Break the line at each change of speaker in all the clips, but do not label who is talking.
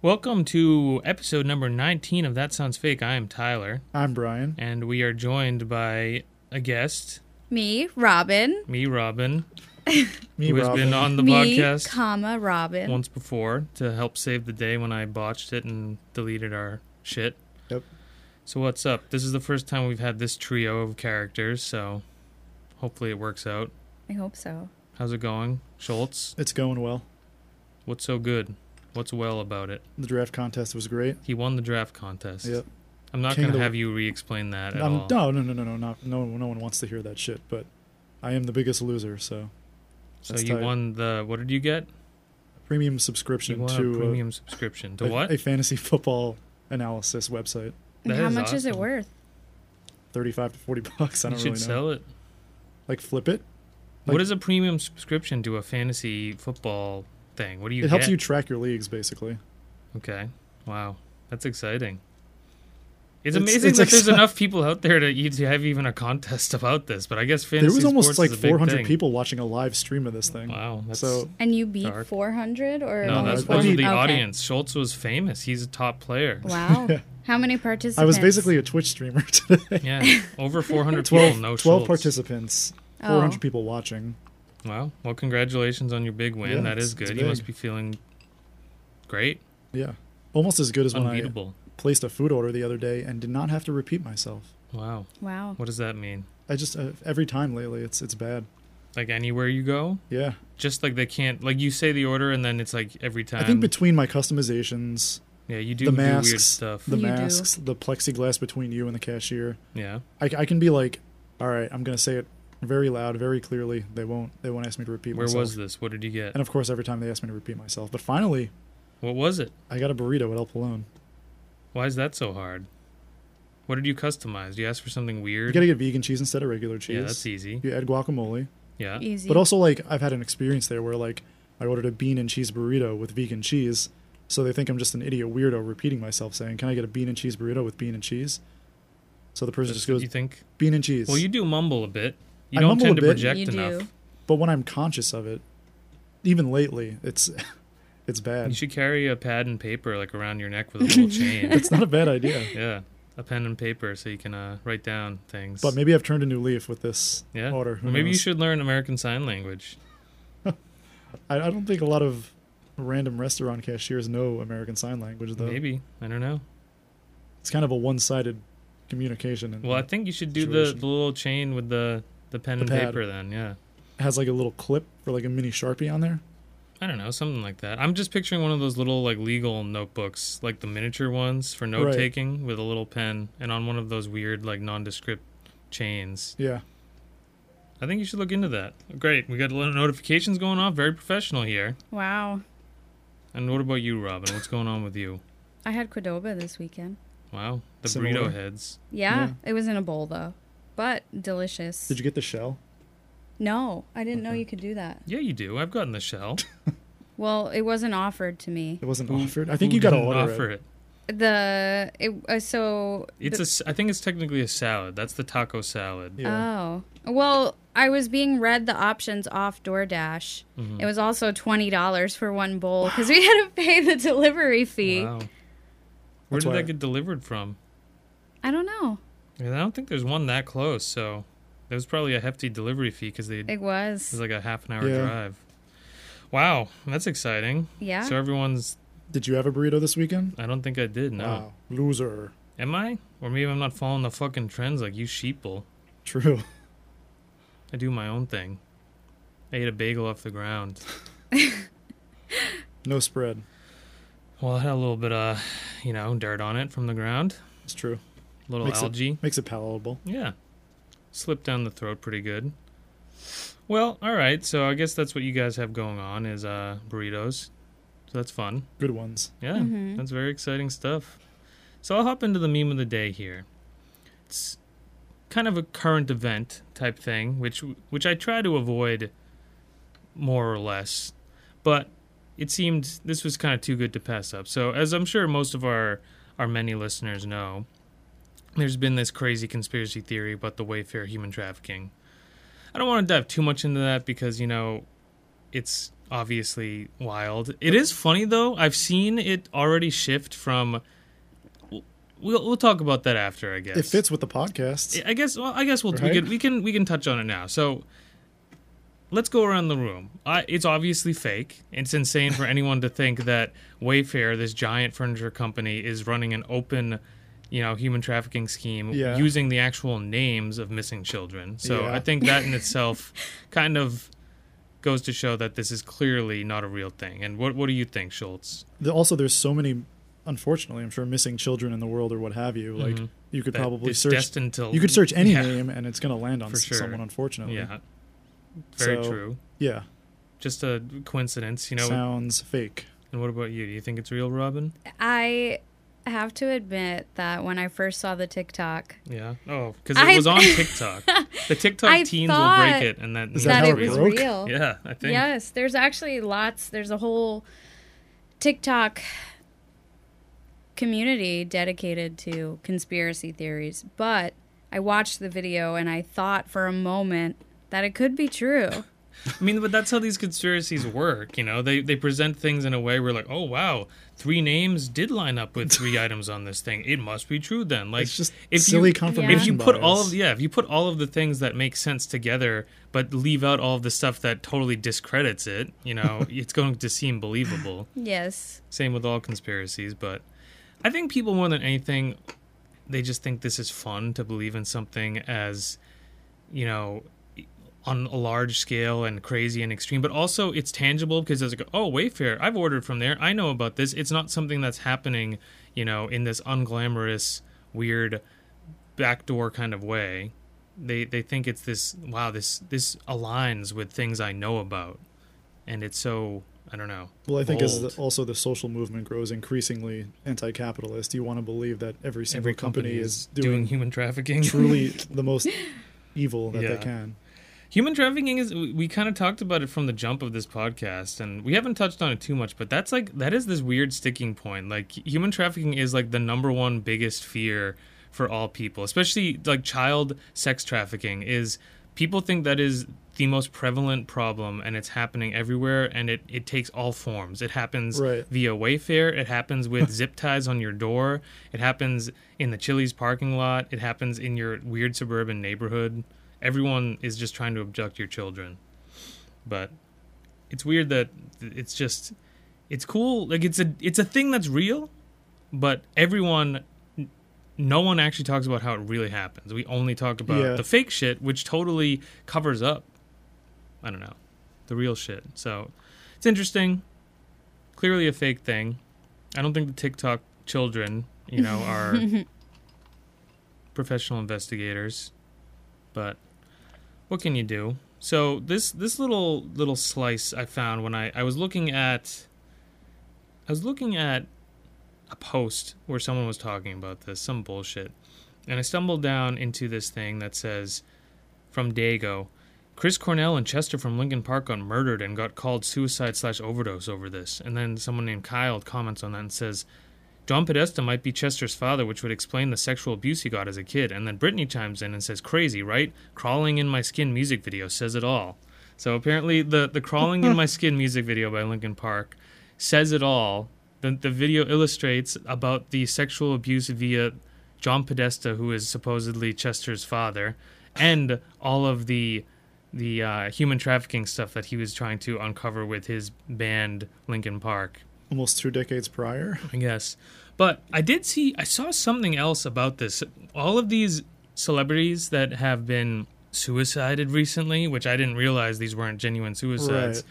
Welcome to episode number 19 of That Sounds Fake. I am Tyler,
I'm Brian.
and we are joined by a guest,
Me, Robin.
me, Robin,
Me,
who has
Robin.
been on the
me,
podcast
comma, Robin.
once before to help save the day when I botched it and deleted our shit.
Yep.
So, what's up? This is the first time we've had this trio of characters, so hopefully it works out.
I hope so.
How's it going, Schultz?
It's going well.
What's so good? What's well about it?
The draft contest was great.
He won the draft contest.
Yep.
I'm not
King
going
of
to
the-
have you re explain that at
I'm,
all.
no, no, no, no, no, not, no, no one wants to hear that shit. But I am the biggest loser. So
So,
That's
you
tight.
won the. What did you get?
premium
You
subscription
want
to
a
uh,
premium subscription to
a,
what?
a fantasy football analysis website.
And
That
how
is
much is it
awesome.
worth?
Thirty-five to forty bucks. I
you
don't
should
really know.
sell it.
Like flip it.
what
Like-
is a premium subscription to a fantasy football thing? What do you?
it helps
get?
you track your leagues basically.
Okay. Wow, that's exciting. It's,
It's-
amazing
it's
that there's
exci-
enough people out there to you to have even a contest about this. But I guess fantasy
there was almost
sports
like
is a big
400
thing.
people watching a live stream of this thing.
Wow. That's,
So-
And you beat
Dark.
400 or
no,
only
that's
I
those are
mean-
the
Okay.
audience. Schultz was famous. He's a top player.
Wow.
Yeah.
How many participants?
I was basically a Twitch streamer today.
Yeah, over 400 people. No
12, 12
Schultz.
participants,
Oh.
400 people watching.
Wow. Well, congratulations on your big win.
Yeah,
that
it's-
is
it's
good. You must
big.
be feeling great.
Yeah. Almost as good as when I
Unbeatable.
placed a food order the other day and did not have to repeat myself.
Wow.
Wow.
What does that mean?
I just uh, every time lately, it's it's bad.
Like anywhere you go?
Yeah,
Just like they can't like you say the order and then it's like every time.
I think between my customizations,
yeah, you do,
the
do weird
masks,
stuff.
the
You do.
masks, the plexiglass between you and the cashier,
yeah.
I, I can be like, all right, I'm gonna say it very loud, very clearly. They won't they won't ask me to repeat
Where
myself.
was this? What did you get?
And of course, every time they ask me to repeat myself. But finally,
What was it?
I got a burrito at El Palone.
Why is that so hard? What did you customize? You asked for something
You
weird?
gotta get vegan cheese instead of regular cheese.
yeah, that's easy.
You add guacamole.
Yeah.
Easy.
But also, like, I've had an experience there where, like, I ordered a bean and cheese burrito with vegan cheese. So they think I'm just an idiot weirdo repeating myself saying, Can I get a bean and cheese burrito with bean and cheese? So the person
That's
just
what
goes,
you think?
Bean and cheese.
Well, you do mumble a bit. You
I
don't
mumble
tend
a
to
bit.
project
you
enough.
do.
but when I'm conscious of it, even lately, it's it's
You
bad.
should carry a pad and paper like around your neck with a little chain.
it's not a bad idea.
Yeah. A pen and paper so you can uh, write down things.
But maybe I've turned a new leaf with this
yeah.
order.
Or
Who
maybe you
knows?
should learn American Sign Language.
I, I don't think a lot of random restaurant cashiers know American Sign Language, though.
Maybe. I don't know.
It's kind of a one sided communication. And
Well, I think you should do the,
Mhm. situation.
the little chain with the, the pen
The
and
pad.
paper then, yeah.
it has, like, a little clip or, like, a mini Sharpie on there.
I don't know, something like that. I'm just picturing one of those little like legal notebooks, like the miniature ones for note taking with a little pen and on one of those weird like nondescript chains.
Yeah.
I think you should look into that. Great. We got a lot of notifications going off, very professional here.
Wow.
And what about you, Robin? What's going on with you?
I had Cordoba this weekend.
Wow. The
Similar.
burrito heads.
Yeah,
Yeah.
It was in a bowl though, but delicious.
Did you get the shell?
No, I didn't know you could do that.
Yeah, you do. I've gotten the shell.
Well, it wasn't offered to me.
It wasn't
Who-
offered. I think
Who
you got to
didn't
order
offer
it.
it.
The it uh, so
It's a s I think it's technically a salad. That's the taco salad.
Yeah.
Oh. Well, I was being read the options off DoorDash. It was also $20 for one bowl because we had to pay the delivery fee.
Wow. Where
That's
did
why-
that get delivered from?
I don't know.
And I don't think there's one that close, so there was probably a hefty delivery fee because they it
It was.
was like a half an hour
Yeah.
drive. Wow, that's exciting.
yeah.
So everyone's.
Did you have a burrito this weekend?
I don't think I did. No,
Wow. Loser.
am I? Or maybe I'm not following the fucking trends like you sheeple.
True.
I do my own thing. I ate a bagel off the ground.
No spread.
Well, it had a little bit of, you know, dirt on it from the ground,
It's true.
a little
Makes it-
algae.
Makes it palatable.
Yeah. Slipped down the throat pretty good. Well, all right. So I guess that's what you guys have going on is uh burritos. So that's fun.
Good ones.
Yeah.
Mm-hmm.
That's very exciting stuff. So I'll hop into the meme of the day here. It's kind of a current event type thing, which which I try to avoid more or less. But it seemed this was kind of too good to pass up. So as I'm sure most of our our many listeners know, there's been this crazy conspiracy theory about the Wayfair human trafficking. I don't want to dive too much into that because you know it's obviously wild. It is funny though. I've seen it already shift from. We'll, we'll talk about that after, I guess.
It fits with the podcast.
I guess. Well, I guess we'll we
Right?
can we can we can touch on it now. So let's go around the room. I, it's obviously fake. It's insane for anyone to think that Wayfair, this giant furniture company, is running an open, you know, human trafficking scheme
Yeah.
using the actual names of missing children. So
Yeah.
I think that in itself kind of goes to show that this is clearly not a real thing. And what what do you think, Schultz?
The- also, there's so many, unfortunately, I'm sure missing children in the world or what have you. Like you
Mm-hmm. That
could probably
it's
search.
destined to
you could search any
Yeah.
name and it's going to land on
For
s-
sure.
someone, unfortunately.
Yeah. Very
So-
true.
Yeah.
Just a coincidence, you know.
Sounds fake.
and what about you? Do you think it's real, Robin?
I have to admit that when I first saw the TikTok,
Yeah. Oh, because it
I-
was on TikTok. the TikTok
I
teens will
thought
break it, and that
Is
that
how
it
it
was
broke?
real.
Yeah, I think.
Yes, there's actually lots. There's a whole TikTok community dedicated to conspiracy theories. But I watched the video and I thought for a moment that it could be true.
I mean, but that's how these conspiracies work. You know, they they present things in a way where like, oh wow, three names did line up with three items on this thing. It must be true then. Like,
It's just
if
silly
you,
confirmation
If you put
bias.
all of yeah, if you put all of the things that make sense together, but leave out all of the stuff that totally discredits it, you know, it's going to seem believable.
yes.
Same with all conspiracies, but I think people more than anything, they just think this is fun to believe in something as, you know, on a large scale and crazy and extreme, but also it's tangible because it's like, oh, Wayfair, I've ordered from there. I know about this. It's not something that's happening, you know, in this unglamorous, weird, backdoor kind of way. They they think it's this wow this this aligns with things I know about, and it's so I don't know.
Well, I think as
bold.
the, also the social movement grows increasingly anti-capitalist, you want to believe that every single
every
company, is doing,
doing human trafficking.
truly the most evil that
Yeah.
they can.
Human trafficking is we kind of talked about it from the jump of this podcast and we haven't touched on it too much, but that's like that is this weird sticking point. Like human trafficking is like the number one biggest fear for all people, especially like child sex trafficking is people think that is the most prevalent problem and it's happening everywhere and it, it takes all forms. It happens
Right.
via Wayfair, it happens with zip ties on your door, it happens in the Chili's parking lot, it happens in your weird suburban neighborhood. Everyone is just trying to abduct your children. But it's weird that it's just it's cool like it's a it's a thing that's real, but everyone n- no one actually talks about how it really happens. We only talk about
Yeah.
the fake shit which totally covers up I don't know, the real shit. So it's interesting. Clearly a fake thing. I don't think the TikTok children, you know, are professional investigators, but what can you do? So this this little little slice I found when I I was looking at I was looking at a post where someone was talking about this some bullshit, and I stumbled down into this thing that says from Dago. Chris Cornell and Chester from Lincoln Park got murdered and got called suicide slash overdose over this. And then someone named Kyle comments on that and says, John Podesta might be Chester's father, which would explain the sexual abuse he got as a kid. And then Brittany chimes in and says, "Crazy, right? Crawling in my skin music video says it all." So apparently, the the crawling in my skin music video by Linkin Park says it all. The the video illustrates about the sexual abuse via John Podesta, who is supposedly Chester's father, and all of the the uh, human trafficking stuff that he was trying to uncover with his band Linkin Park.
Almost two decades prior,
I guess. But I did see, I saw something else about this. All of these celebrities that have been suicided recently, which I didn't realize these weren't genuine suicides.
Right.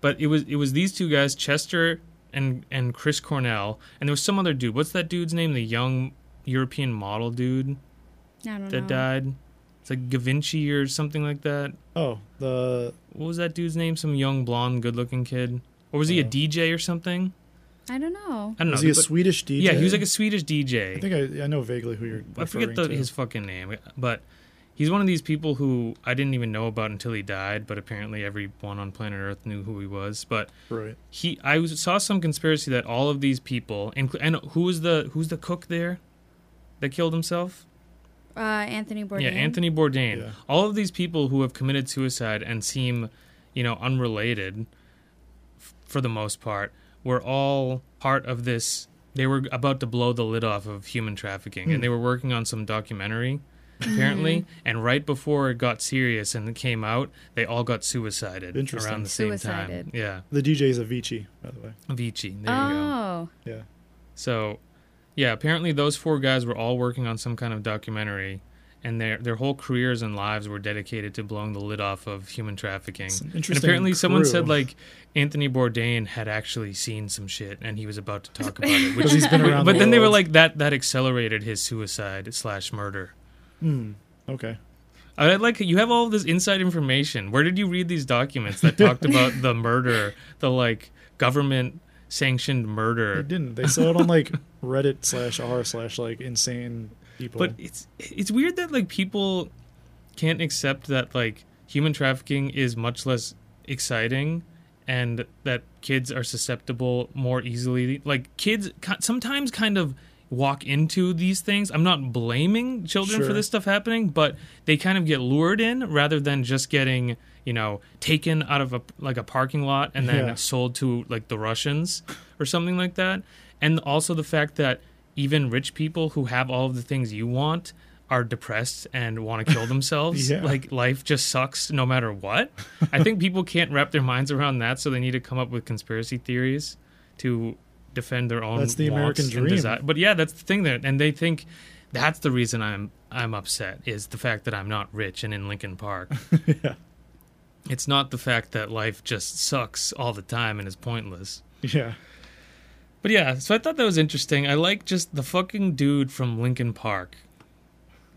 But it was it was these two guys, Chester and and Chris Cornell, and there was some other dude. What's that dude's name? The young European model dude
I don't
that
know.
died. It's like Gavinci or something like that.
oh, the
What was that dude's name? Some young blonde, good-looking kid, or was he a
Uh,
DJ or something?
I don't know.
I don't
was
know.
he a
but-
Swedish DJ?
yeah, he was like a Swedish DJ.
I think I, I know vaguely who you're.
I forget
referring
the,
to.
his fucking name, but He's one of these people who I didn't even know about until he died, but apparently everyone on planet Earth knew who he was. But
Right.
he, I was- saw some conspiracy that all of these people, inclu- and who was the who's the cook there that killed himself?
Uh, Anthony Bourdain.
Yeah, Anthony Bourdain.
Yeah.
All of these people who have committed suicide and seem, you know, unrelated f- for the most part, were all part of this. They were about to blow the lid off of human trafficking,
Hmm.
and they were working on some documentary, apparently.
Mm-hmm.
and right before it got serious and it came out, they all got suicided
Interesting.
around the same
Suicided.
time. Yeah,
The DJ's Avicii, by the way.
Avicii. There you go.
Oh,
Yeah.
So, yeah, apparently those four guys were all working on some kind of documentary, and their their whole careers and lives were dedicated to blowing the lid off of human trafficking.
It's an
And
interesting
apparently, someone
crew.
said like Anthony Bourdain had actually seen some shit, and he was about to talk about it. Which,
Because he's been around.
but
the
then they were
world.
like that that accelerated his suicide slash murder.
Hmm, okay.
I like you have all this inside information. Where did you read these documents that talked about the murder, the like government sanctioned
They
murder
didn't. They saw it on like Reddit slash r slash like insane people.
But it's it's weird that like people can't accept that like human trafficking is much less exciting and that kids are susceptible more easily. Like kids ki- sometimes kind of walk into these things. I'm not blaming children for
Sure.
this stuff happening, but they kind of get lured in rather than just getting, you know, taken out of a like a parking lot and then
Yeah.
sold to like the Russians or something like that. And also the fact that even rich people who have all of the things you want are depressed and want to kill themselves.
Yeah.
Like life just sucks no matter what. I think people can't wrap their minds around that, so they need to come up with conspiracy theories to defend their own.
That's the
wants
American
and
dream.
desi- But yeah, that's the thing that, and they think that's the reason I'm I'm upset is the fact that I'm not rich and in Lincoln Park.
yeah.
it's not the fact that life just sucks all the time and is pointless.
Yeah.
But yeah, so I thought that was interesting. I like just the fucking dude from Lincoln Park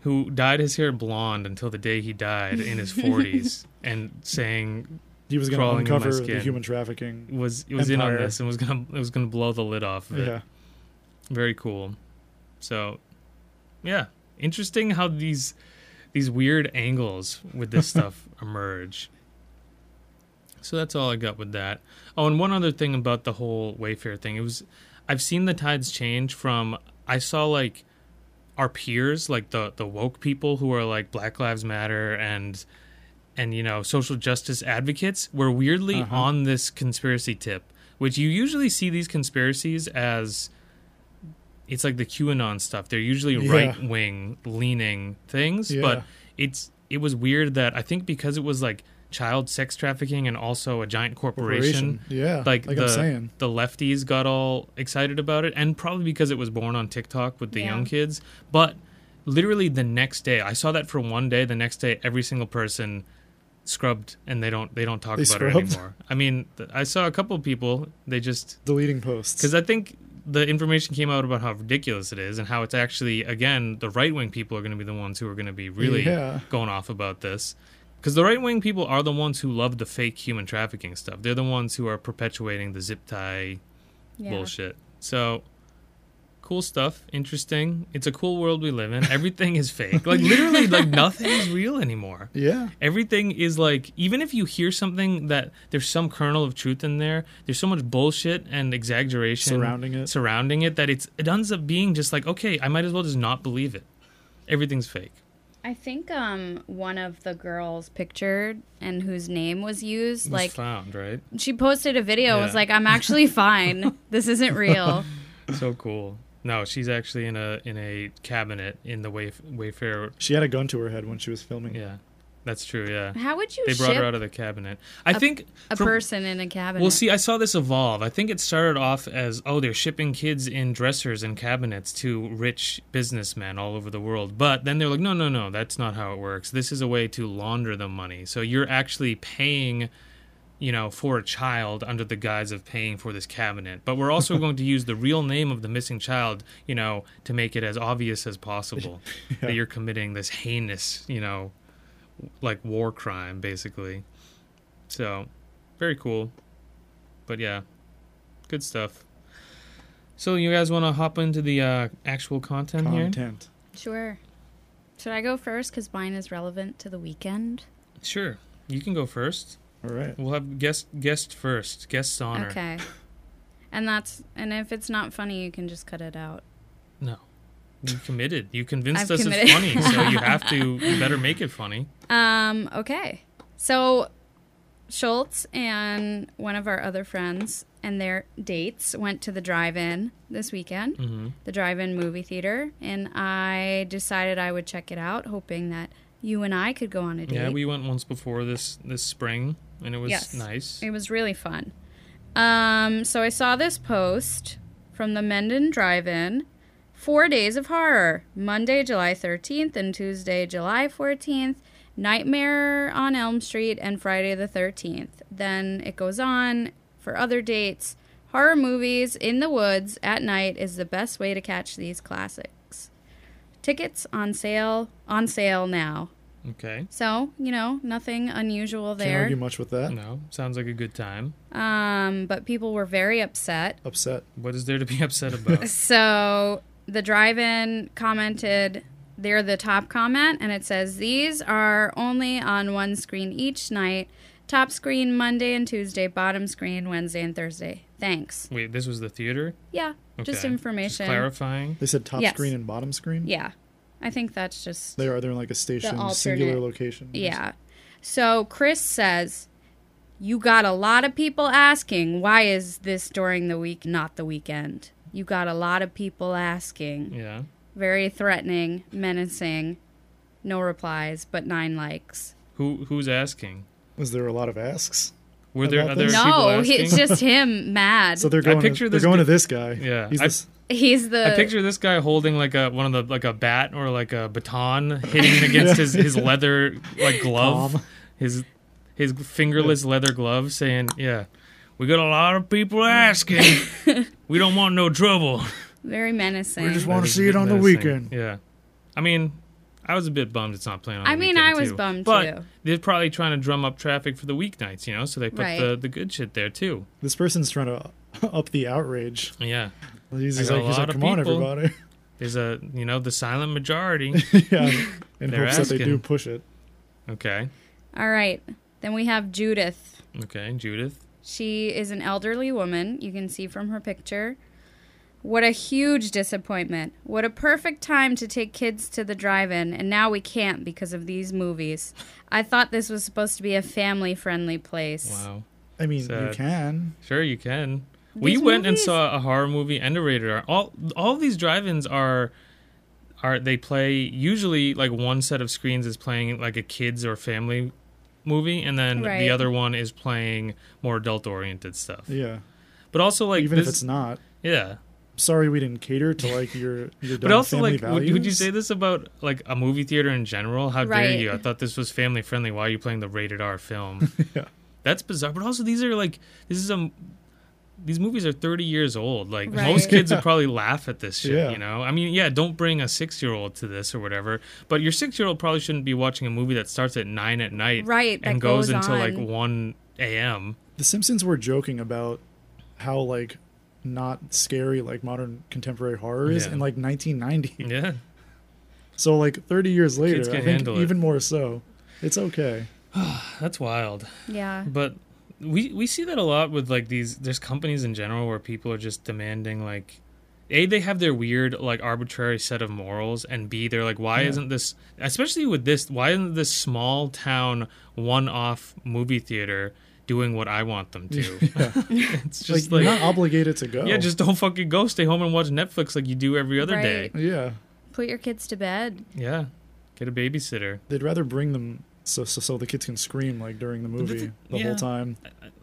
who dyed his hair blonde until the day he died in his 40s and saying
He was going to
Crawling in my
uncover the
skin.
human trafficking.
was was in on
Empire.
this and was going to was going to blow the lid off of it.
Yeah.
Very cool. So, yeah, interesting how these these weird angles with this stuff emerge. So that's all I got with that. Oh, and one other thing about the whole Wayfair thing. It was I've seen the tides change from I saw like our peers, like the the woke people who are like Black Lives Matter and and you know social justice advocates were weirdly
Uh-huh.
on this conspiracy tip, which you usually see these conspiracies as it's like the QAnon stuff. They're usually
Yeah.
right wing leaning things,
Yeah.
but it's it was weird that I think because it was like child sex trafficking and also a giant corporation,
Yeah.
like,
like
the
I'm saying.
the lefties got all excited about it, and probably because it was born on TikTok with the
Yeah.
young kids. But literally the next day, I saw that for one day. The next day, every single person scrubbed, and they don't they don't talk
They
about it
scrubbed?
anymore. I mean, th- I saw a couple people. They just
Deleting posts.
because I think the information came out about how ridiculous it is and how it's actually again the right wing people are going to be the ones who are going to be really
Yeah.
going off about this because the right wing people are the ones who love the fake human trafficking stuff. They're the ones who are perpetuating the zip tie
yeah.
bullshit. So cool stuff, interesting. It's a cool world we live in. Everything is fake. Like literally like nothing is real anymore
Yeah.
everything is like even if you hear something that there's some kernel of truth in there there's so much bullshit and exaggeration
Surrounding it.
surrounding it that it's it ends up being just like okay i might as well just not believe it everything's fake
I think um one of the girls pictured and whose name was used,
It was
like
found right
she posted a video. and Was
Yeah.
like, I'm actually fine. this isn't real.
so cool no she's actually in a in a cabinet in the Wayf- wayfair
She had a gun to her head when she was filming.
yeah that's true yeah
How would you
they brought
ship
her out of the cabinet i think
a
from-
person in a cabinet?
Well, see, I saw this evolve. I think it started off as, oh, they're shipping kids in dressers and cabinets to rich businessmen all over the world. But then they're like, no, no, no, that's not how it works. This is a way to launder the money. So you're actually paying, you know, for a child under the guise of paying for this cabinet. But we're also going to use the real name of the missing child, you know, to make it as obvious as possible that you're committing this heinous, you know, like war crime, basically. So, very cool. But yeah, good stuff. So, you guys want to hop into the uh, actual content, here?
Content.
sure. Should I go first? Because mine is relevant to the weekend.
Sure, you can go first.
All right.
We'll have guest guest first, guest's honor.
Okay. And that's and if it's not funny, you can just cut it out.
No, you committed. You convinced
I've
us it's funny,
committed.
so you have to. You better make it funny.
Um, okay. So Schultz and one of our other friends and their dates went to the drive-in this weekend,
hmm
the drive-in movie theater, and I decided I would check it out, hoping that you and I could go on a date.
Yeah, we went once before this this spring, and it was
Yes.
nice.
It was really fun. Um, so I saw this post from the Mendon Drive In Four Days of Horror, Monday, July 13th, and Tuesday, July 14th, Nightmare on Elm Street, and Friday the 13th. Then it goes on for other dates. Horror movies in the woods at night is the best way to catch these classics. Tickets on sale on sale now.
Okay.
So, you know, nothing unusual
Can't
there.
argue much with that.
No, sounds like a good time.
Um, but people were very upset.
Upset.
What is there to be upset about?
So the drive in commented, they're the top comment, and it says, These are only on one screen each night. Top screen Monday and Tuesday, bottom screen Wednesday and Thursday. Thanks.
Wait, this was the theater.
Yeah, just
Okay.
information.
Clarifying.
They said top
Yes.
screen and bottom screen.
yeah, I think that's just.
They are they're in like a station,
alternate.
singular location.
Yeah. So Chris says, You got a lot of people asking, why is this during the week, not the weekend? You got a lot of people asking.
Yeah.
Very threatening, menacing. No replies, but nine likes.
Who who's asking?
Was there a lot of asks?
Were there
About
other
this?
people
no,
asking?
he, it's just him mad.
So they're going. To,
picture
they're
this
going
guy-
to this guy.
Yeah,
He's
I-
this,
He's the.
I picture this guy holding like a one of the like a bat or like a baton hitting against his, his leather like glove,
Palm.
his his fingerless leather glove, saying, "Yeah, we got a lot of people asking. we don't want no trouble.
very menacing.
want
That is menacing. Yeah, I mean, I was a bit bummed it's not playing on.
I
the
mean,
weekend,
I was
too.
bummed,
but
too.
They're probably trying to drum up traffic for the weeknights, you know. So they put
Right.
the the good shit there too.
This person's trying to up the outrage.
Yeah,
He's,
I
he's
got
like,
a
he's
lot
like,
of
come on,
people."
everybody.
there's a you know the silent majority.
yeah, in
They're
hopes that they do
asking.
push it.
okay,
All right. Then we have Judith.
okay, Judith.
She is an elderly woman, you can see from her picture. What a huge disappointment. What a perfect time to take kids to the drive in, and now we can't because of these movies. I thought this was supposed to be a family friendly place.
Wow.
I mean,
Sad.
you can.
Sure, you can. we
These
went and
movies-
saw a horror movie and a rated R. All all these drive-ins are are they play usually like one set of screens is playing like a kids or family movie, and then
Right.
the other one is playing more adult-oriented stuff.
Yeah,
But also like
even
this,
if it's not.
yeah.
Sorry, we didn't cater to like your your
But also
family
like, would,
values.
would you say this about like a movie theater in general? How dare
Right.
you? I thought this was family-friendly. Why are you playing the rated R film?
Yeah.
That's bizarre. But also, these are like this is um these movies are thirty years old. Like
Right.
most kids would probably laugh at this shit.
Yeah.
You know, I mean, yeah, don't bring a six-year-old to this or whatever. But your six-year-old probably shouldn't be watching a movie that starts at nine at night,
Right, that
and goes,
goes
until like
on.
one a.m.
The Simpsons were joking about how like not scary like modern contemporary horror is
Yeah.
in like 1990.
Yeah.
So like 30 years later,
can
I think
handle it.
even more so. It's okay.
That's wild.
Yeah.
But we we see that a lot with like these there's companies in general where people are just demanding like a they have their weird like arbitrary set of morals and b they're like why
Yeah.
isn't this especially with this why isn't this small town one off movie theater doing what I want them to? it's just like,
like you're not obligated to go.
yeah, just don't fucking go. Stay home and watch Netflix like you do every other day.
Right.
yeah.
Put your kids to bed.
Yeah. Get a babysitter.
They'd rather bring them so so, so the kids can scream like during the movie
the-
the
yeah.
whole time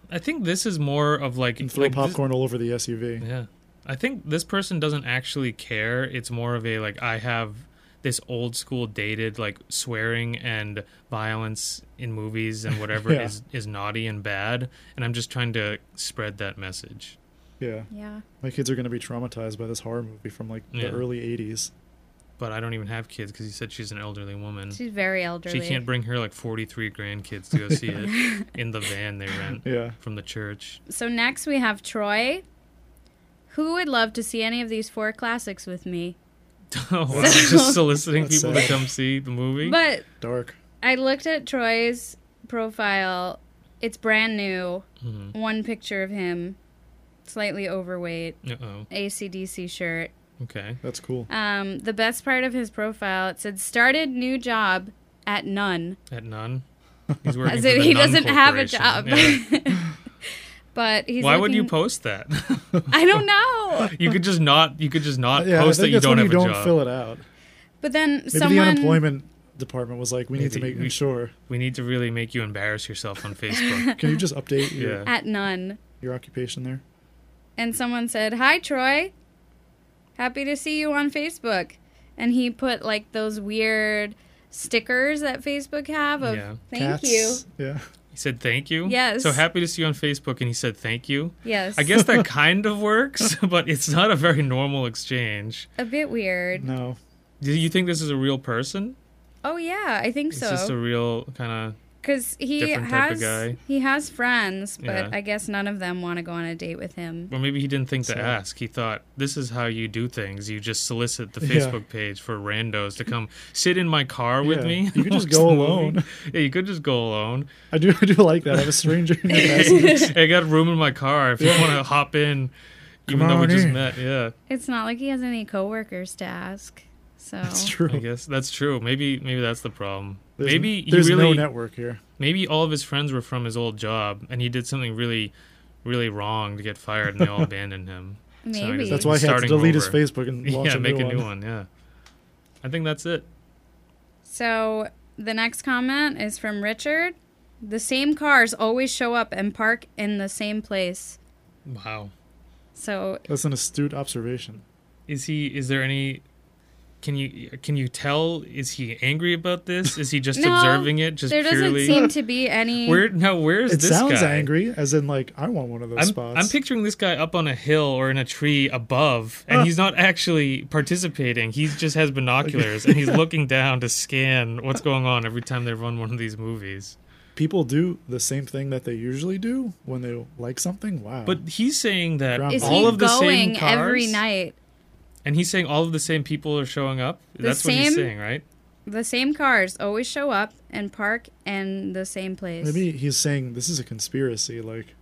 I think this is more of like
and throw
like, this-
popcorn all over the SUV.
Yeah. I think this person doesn't actually care. It's more of a like I have this old school dated like swearing and violence in movies and whatever
Yeah.
is is naughty and bad and I'm just trying to spread that message.
Yeah.
Yeah.
My kids are going to be traumatized by this horror movie from like the
Yeah.
early 80s.
But I don't even have kids cuz you said she's an elderly woman.
She's very elderly.
She can't bring her like 43 grandkids to go see it in the van they rent
Yeah.
from the church.
So next we have Troy. Who would love to see any of these four classics with me?
oh, wow. just soliciting
That's
people to
sad.
come see the movie.
But
Dark.
I looked at Troy's profile. It's brand new.
Mhm.
One picture of him, slightly overweight,
Uh-oh.
ACDC shirt.
Okay.
That's cool.
Um, the best part of his profile, it said started new job at none.
At none. He's working
As
for
if
the
he
Nun
doesn't have a job.
Corporation. Yeah.
but he's
Why would you
looking-
post that?
I don't know.
you could just not. You could just not
Uh, yeah, I
post
think
that you
that's
don't
when
have
you
a
don't
job.
fill it out.
But then
Maybe
someone
the unemployment department was like, we need to
Maybe
make
we-
sure.
We need to really make you embarrass yourself on Facebook.
Can you just update
Yeah.
your,
at none.
your occupation there?
and someone said, "Hi Troy. Happy to see you on Facebook." And he put like those weird stickers that Facebook have of
Yeah.
thank
Cats? Yeah.
he said thank you.
Yes.
So happy to see you on Facebook, and he said thank you.
you. Yes.
I guess that kind of works, but it's not a very normal exchange.
a bit weird.
No.
Do you think this is a real person?
Oh yeah, I think
It's just a
so.
real kind
Cuz he
different type
has
of guy.
he has friends, but
Yeah.
I guess none of them want to go on a date with him.
of, or maybe he didn't think to
So-
ask. He thought this is how you do things. You just solicit the
Yeah.
Facebook page for randos to come sit in my car with
Yeah.
me.
You could just
watch
go
the movie.
alone.
Yeah, you could just go alone.
I do I do like that. I have a stranger in my class.
I got room in my car if you want to hop in, even
Come
though we
on
just
in.
met. Yeah,
It's not like he has any coworkers to ask. So
That's
I
true.
guess that's true. Maybe maybe that's the problem.
There's,
maybe he
there's
really
no network here.
maybe all of his friends were from his old job, and he did something really really wrong to get fired, and they all abandoned him. he
maybe
doesn't-
That's why he had to
Starting
delete his
over.
Facebook and launch
yeah,
a,
make
new
a new
one.
one. Yeah, I think that's it.
So the next comment is from Richard. The same cars always show up and park in the same place.
Wow.
So
That's an astute observation.
Is he? Is there any? Can you can you tell? Is he angry about this? Is he just
No,
observing it? Just
there doesn't
purely.
seem to be any.
where now? Where is
It
this
sounds
guy?
angry, as in like I want one of those
I'm,
spots.
I'm picturing this guy up on a hill or in a tree above, and he's not actually participating. He just has binoculars and he's looking down to scan what's going on every time they run one of these movies.
People do the same thing that they usually do when they like something. Wow.
But he's saying that
Groundhog.
is
all
he
of the
going
same cars,
every night?
and he's saying all of the same people are showing up. That's what
same-
he's saying, right?
The same cars always show up and park in the same place.
maybe he's saying this is a conspiracy, like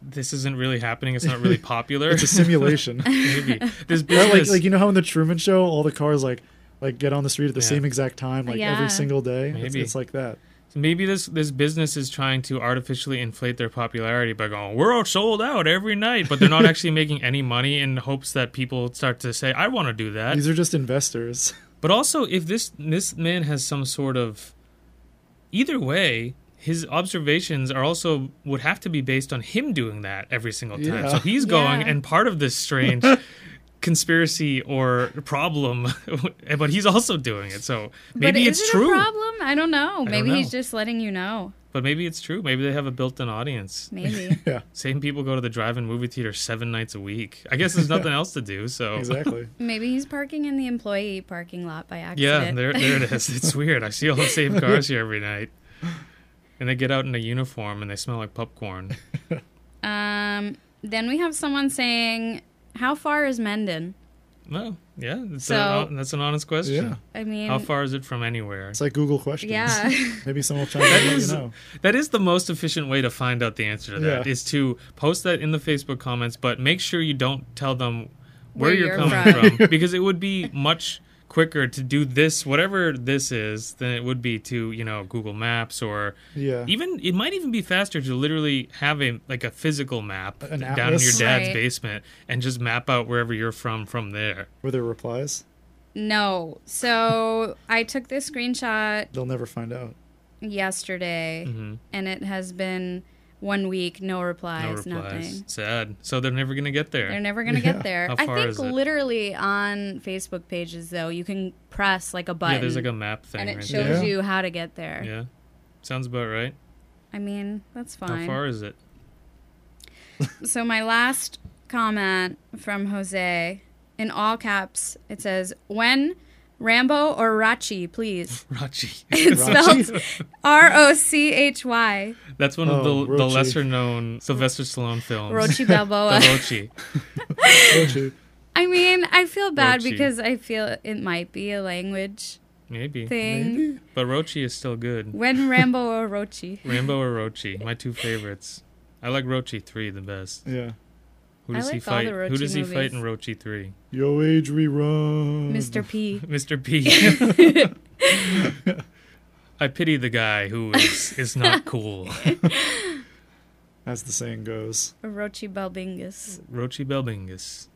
This isn't really happening. It's not really popular.
it's a simulation.
Maybe this
Or like
business.
like you know how in the Truman Show all the cars like like get on the street at the
Yeah.
same exact time like
Yeah.
every single day. It's,
Maybe.
it's like that.
Maybe this this business is trying to artificially inflate their popularity by going, "We're all sold out every night," but they're not actually making any money in hopes that people start to say, "I want to do that."
These are just investors.
But also, if this this man has some sort of either way, his observations are also would have to be based on him doing that every single time.
Yeah.
So he's going,
Yeah.
and part of this strange conspiracy or problem, but he's also doing it. So maybe
but
it's
is it
true.
a problem? I don't know. maybe
know.
he's just letting you know.
But maybe it's true. Maybe they have a built-in audience.
Maybe.
yeah,
Same people go to the drive-in movie theater seven nights a week. I guess there's nothing else to do, so
exactly.
maybe he's parking in the employee parking lot by
yeah,
accident.
there, there it is. It's weird. I see all the same cars here every night, and they get out in a uniform and they smell like popcorn.
Um. Then we have someone saying, "How far is Mendon?"
Well, yeah, that's,
So-
an, that's an honest question.
Yeah.
I mean,
How far is it from anywhere?
It's like Google questions.
Yeah.
Maybe someone will chime in and let
is-
you know.
That is the most efficient way to find out the answer to that. Is
Yeah.
to post that in the Facebook comments, but make sure you don't tell them where,
Where
you're,
you're
coming
from.
from. because it would be much quicker to do this, whatever this is, than it would be to, you know, Google Maps or
Yeah.
even it might even be faster to literally have a like a physical map
An
down in your
atlas.
dad's
Right.
basement and just map out wherever you're from from there.
Were there replies?
No. So I took this screenshot
They'll never find out.
yesterday,
Mm-hmm.
and it has been one week, no
No replies.
replies, nothing.
Sad. So they're never gonna get there.
They're never going to
Yeah.
get there.
How
I
far
think
is it?
literally on Facebook pages, though, you can press like a button
yeah, there's like a map thing
and it
right
shows
there.
Yeah.
you how to get there.
Yeah. Sounds about right.
I mean, that's fine.
How far is it?
So, my last comment from Jose in all caps it says, When Rambo or Rachi, please.
Rachi.
It's
Rachi?
spelled R O C H Y.
That's one of
Oh,
the, the
Rochi.
lesser known Sylvester Stallone films.
Rochi
The
Balboa.
Rochi.
Don't you?
I mean, I feel bad
Rochi.
because I feel it might be a language
Maybe.
thing.
Maybe.
But Rochi is still good.
When Rambo or Rochi.
Rambo or Rochi, my two favorites. I like Rochi 3 the best.
Yeah.
Who
I
does he
like all the
fight? Who
Rochi
does he fight in
movies.
Rochi 3?
Yo, age rerun.
Mr. P.
Mr. P. I pity the guy who is, is not cool.
As the saying goes.
Rochi Balbingus.
Rochi Belbingus.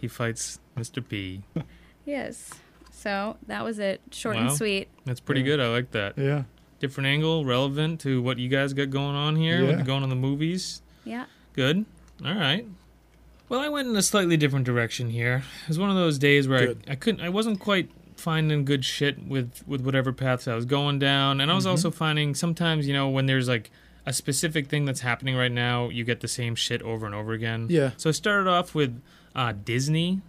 He fights Mr. P.
Yes. So that was it. Short
Wow.
and sweet.
That's pretty
Yeah.
good. I like that.
Yeah.
Different angle, relevant to what you guys got going on here,
Yeah.
with going on the movies.
Yeah.
Good. All right. Well, I went in a slightly different direction here. It was one of those days where
Good.
I, I couldn't, I wasn't quite finding good shit with with whatever paths I was going down, and I was
Mm-hmm.
also finding sometimes, you know, when there's like a specific thing that's happening right now, you get the same shit over and over again.
Yeah.
So I started off with uh, Disney,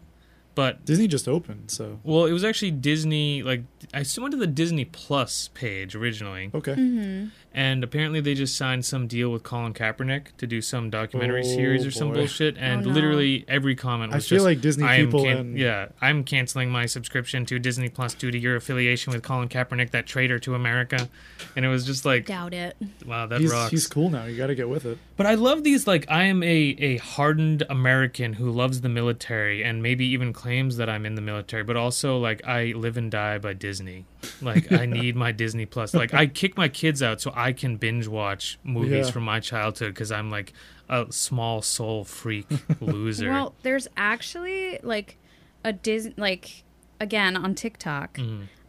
but
Disney just opened, so.
well, it was actually Disney. Like I s- went to the Disney Plus page originally,
Okay.
Mm-hmm.
and apparently they just signed some deal with Colin Kaepernick to do some documentary
Oh,
series or some
boy.
bullshit. And
no.
literally every comment
I
was
feel
just,
like Disney
I am
people
can-
and-
yeah, I'm canceling my subscription to Disney Plus due to your affiliation with Colin Kaepernick, that traitor to America. And it was just like,
Doubt it.
wow, that
He's,
rocks.
he's cool now. You got to get with it.
But I love these like I am a a hardened American who loves the military and maybe even claims that I'm in the military, but also like I live and die by Disney. Like I need my Disney Plus. Like I kick my kids out so I can binge watch movies
Yeah.
from my childhood cuz I'm like a small soul freak loser.
Well, there's actually like a Disney, like again on TikTok,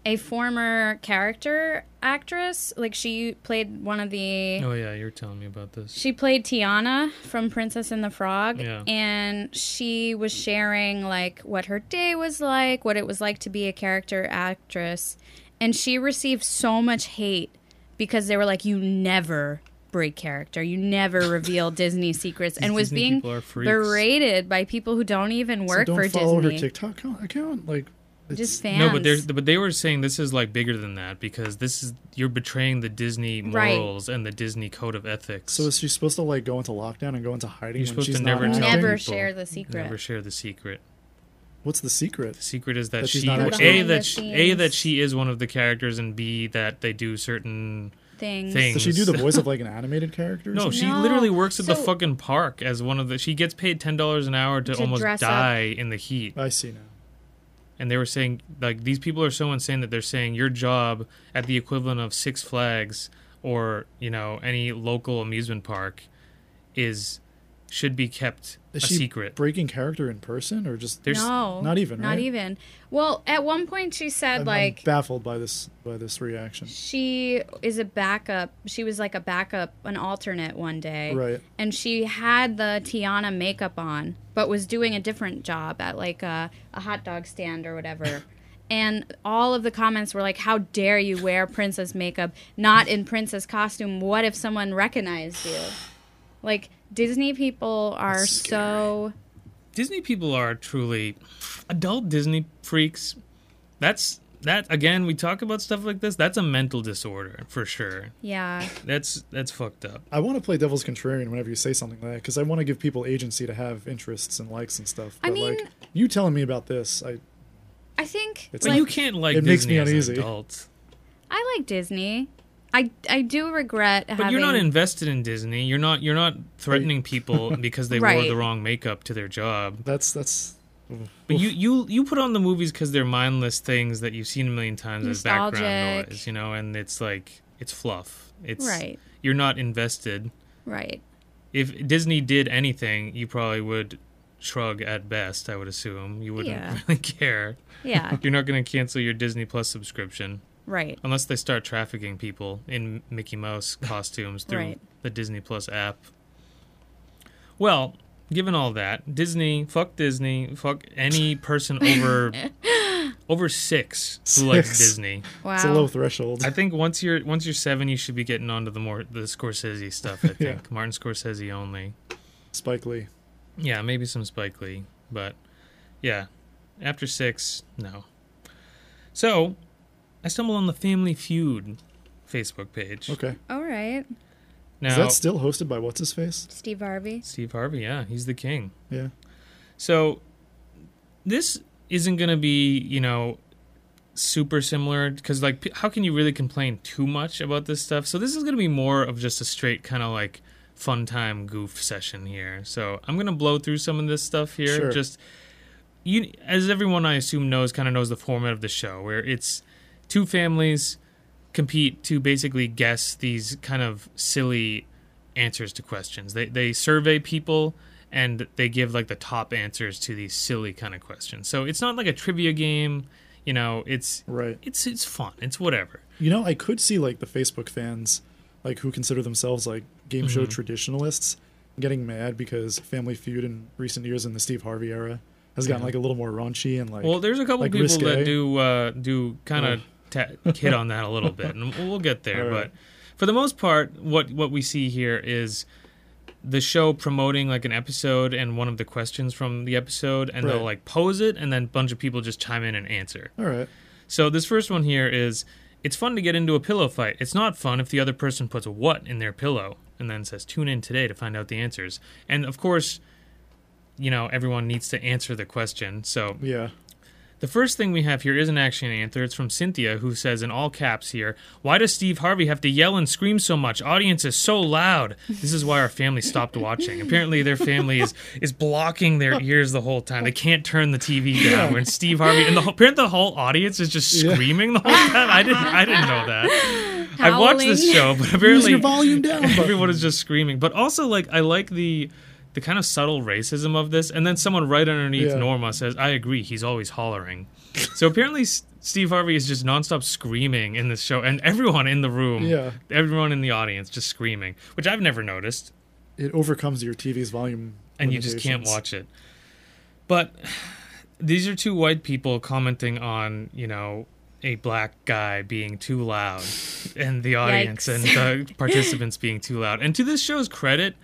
a former character actress. Like she played one of the.
oh yeah, you're telling me about this.
She played Tiana from Princess and the Frog,
Yeah.
and she was sharing like what her day was like, what it was like to be a character actress, and she received so much hate because they were like, "You never break character, you never reveal Disney secrets," and was
Disney
being
people are freaks.
berated by people who don't even
So
work
don't
for
follow
Disney,
her TikTok co- account. Like, it's,
just fans.
No, but there's but they were saying this is like bigger than that because this is you're betraying the Disney
Right.
morals and the Disney code of ethics.
So is she supposed to like go into lockdown and go into hiding?
You're
when
supposed
she's
to
not
never tell
acting?
Never
people.
share the secret.
Never share the secret.
What's the secret?
The secret is that,
That she's
she
not
a
actually-
that she, a
Behind the
that she is one of the characters and b that they do certain
things.
things.
Does she do the voice of like an animated character? or
No,
something?
she
No.
literally works at the
So-
fucking park as one of the. She gets paid ten dollars an hour to,
To
almost
dress up.
die in the heat.
I see now.
And they were saying like these people are so insane that they're saying your job at the equivalent of Six Flags or you know any local amusement park is should be kept
Is
a
she
secret.
breaking character in person or just?
There's
no,
not even,
not
right?
even. Well, at one point she said
I'm,
like.
I'm baffled by this by this reaction.
she is a backup. She was like a backup, an alternate one day.
Right.
And she had the Tiana makeup on, but was doing a different job at like a, a hot dog stand or whatever. and all of the comments were like, How dare you wear princess makeup, not in princess costume? What if someone recognized you? Like, Disney people are
That's
so.
Disney people are truly adult Disney freaks. That's that again. We talk about stuff like this. That's a mental disorder for sure.
Yeah.
That's that's fucked up.
I want to play devil's contrarian whenever you say something like that because I want to give people agency to have interests and likes and stuff.
I
But
mean-
like you telling me about this, I
I think.
It's
But
like-
you can't like
it
Disney
makes me
as
uneasy.
an adult.
I like Disney. I, I do regret
But
having.
you're not invested in Disney. You're not you're not threatening people because they wore
Right.
the wrong makeup to their job.
that's that's
But you you you put on the movies because they're mindless things that you've seen a million times as background
Nostalgic.
noise, you know. And it's like it's fluff. It's
Right.
You're not invested.
Right.
if Disney did anything, you probably would shrug at best. I would assume you wouldn't
Yeah.
really care.
Yeah.
You're not going to cancel your Disney Plus subscription
right.
unless they start trafficking people in Mickey Mouse costumes through
Right.
the Disney Plus app. Well, given all that, Disney, fuck Disney, fuck any person over over 6 who likes
Six.
Disney.
Wow.
it's a low threshold.
I think once you're once you're 7 you should be getting onto the more the Scorsese stuff, I think.
Yeah.
Martin Scorsese only.
Spike Lee.
Yeah, maybe some Spike Lee, but yeah, after six, no. So, I stumbled on the Family Feud Facebook page.
Okay,
All right.
Now,
is that still hosted by what's his face?
Steve Harvey.
Steve Harvey, yeah, he's the king.
Yeah,
So, this isn't gonna be you know super similar because like p- how can you really complain too much about this stuff? So this is gonna be more of just a straight kind of like fun time goof session here. So I'm gonna blow through some of this stuff here.
Sure.
Just you as everyone I assume knows kind of knows the format of the show where it's two families compete to basically guess these kind of silly answers to questions. They they survey people and they give like the top answers to these silly kind of questions. So it's not like a trivia game, you know, it's
Right.
it's it's fun. It's whatever.
You know, I could see like the Facebook fans, like who consider themselves like game
Mm-hmm.
show traditionalists, getting mad because Family Feud in recent years in the Steve Harvey era has gotten like a little more raunchy and like
Well, there's a couple
Like
people
risque?
that do uh, do kind of ta- hit on that a little bit, and we'll get there.
All right.
But for the most part, what what we see here is the show promoting like an episode and one of the questions from the episode, and
Right.
they'll like pose it, and then a bunch of people just chime in and answer.
all right,
So this first one here is it's fun to get into a pillow fight. It's not fun if the other person puts a what in their pillow and then says tune in today to find out the answers. And of course, you know, everyone needs to answer the question. So
yeah,
the first thing we have here is an action answer. It's from Cynthia, who says in all caps here, Why does Steve Harvey have to yell and scream so much? Audience is so loud. This is why our family stopped watching. Apparently, their family is, is blocking their ears the whole time. They can't turn the TV down when Steve Harvey and the whole, apparently the whole audience is just
Yeah.
screaming the whole time. I didn't I didn't know that. I've watched this show,
Howling.
but
use
apparently
your volume down. button.
everyone is just screaming. But also, like, I like the the kind of subtle racism of this. And then someone right underneath
Yeah.
Norma says, "I agree. He's always hollering." so apparently, S- Steve Harvey is just nonstop screaming in this show, and everyone in the room,
Yeah.
everyone in the audience, just screaming, which I've never noticed,
It overcomes your TV's volume,
and you just can't
limitations.
watch it. But these are two white people commenting on, you know. A black guy being too loud, and the audience
Yikes.
and the participants being too loud. And to this show's credit,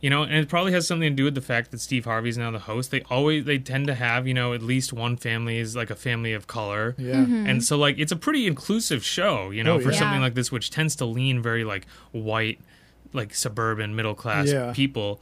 you know and it probably has something to do with the fact that steve harvey's now the host they always they tend to have you know at least one family is like a family of color
Yeah,
and so like it's a pretty inclusive show you know
Oh,
for
yeah.
something
Yeah.
like this which tends to lean very like white like suburban middle class
Yeah.
people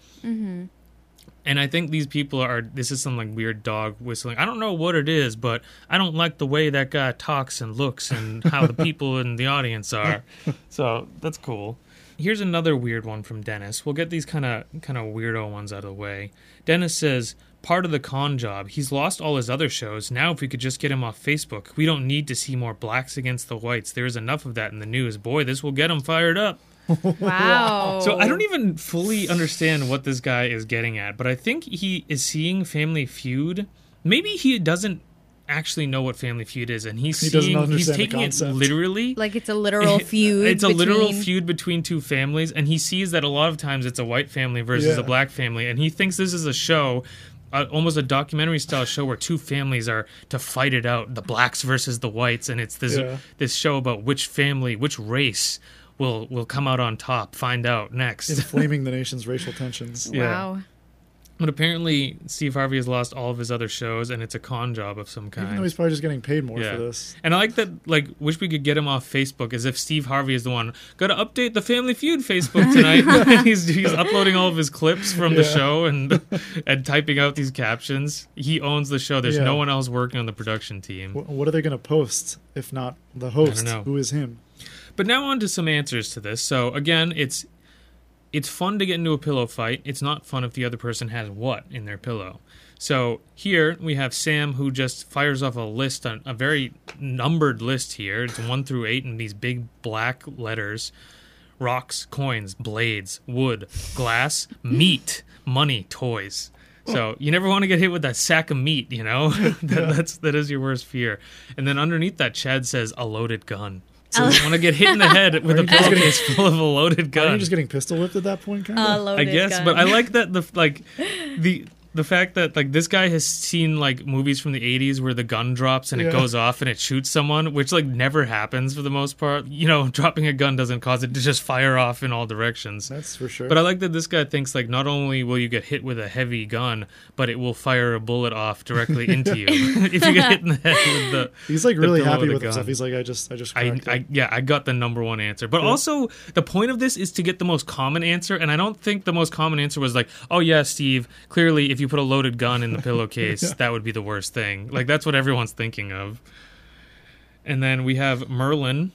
and i think these people are this is some like weird dog whistling i don't know what it is but i don't like the way that guy talks and looks and how the people in the audience are so that's cool here's another weird one from dennis we'll get these kind of kind of weirdo ones out of the way dennis says part of the con job he's lost all his other shows now if we could just get him off facebook we don't need to see more blacks against the whites there is enough of that in the news boy this will get him fired up
Wow.
so
Oh.
I don't e-, even fully understand what this guy is getting at, but I think he is seeing Family Feud. Maybe he doesn't actually know what Family Feud is, and he's
He doesn't
seeing he's
understand the
taking it
concept.
literally.
Like it's a literal feud.
it's a literal
between-
feud between two families, and he sees that a lot of times it's a white family versus a
Yeah.
black family, and he thinks this is a show. Uh, almost a documentary style show where two families are to fight it out the blacks versus the whites and it's this
Yeah.
this show about which family which race will will come out on top find out next
inflaming the nation's racial tensions.
Yeah.
Wow.
But apparently, Steve Harvey has lost all of his other shows, and it's a con job of some
Even though
kind.
he's probably just getting paid more
Yeah.
for this.
And I like that. Like, wish we could get him off Facebook, as if Steve Harvey is the one. Got to update the Family Feud Facebook tonight. he's he's uploading all of his clips from the
Yeah.
show and and typing out these captions. He owns the show. There's
Yeah.
no one else working on the production team.
Wh- What are they going to post if not the host,
know.
who is him?
But now on to some answers to this. So again, it's it's fun to get into a pillow fight. It's not fun if the other person has what in their pillow. So here we have Sam who just fires off a list on a very numbered list here. It's one through eight in these big black letters. Rocks, coins, blades, wood, glass, meat, money, toys. So you never want to get hit with that sack of meat, you know? that, That's that is your worst fear. And then underneath that, Chad says a loaded gun. So you want to get hit in the head with a pillowcase full of a loaded
Are
gun.
you just getting pistol whipped at that point? Kind
A
of.
I
loaded
guess,
gun.
but I like that the like the the fact that like this guy has seen like movies from the 80s where the gun drops and
Yeah.
it goes off and it shoots someone, which like never happens for the most part. You know, dropping a gun doesn't cause it to just fire off in all directions.
That's for sure.
But I like that this guy thinks like not only will you get hit with a heavy gun, but it will fire a bullet off directly into you if you get hit in the head with the
he's like
the
really
pillow
happy
the
with himself.
gun.
He's like, I just, I just.
I,
cracked it.
I yeah, I got the number one answer. But also the point of this is to get the most common answer, and I don't think the most common answer was like, oh yeah, Steve, clearly if you you put a loaded gun in the pillowcase, that would be the worst thing. Like that's what everyone's thinking of. And then we have Merlin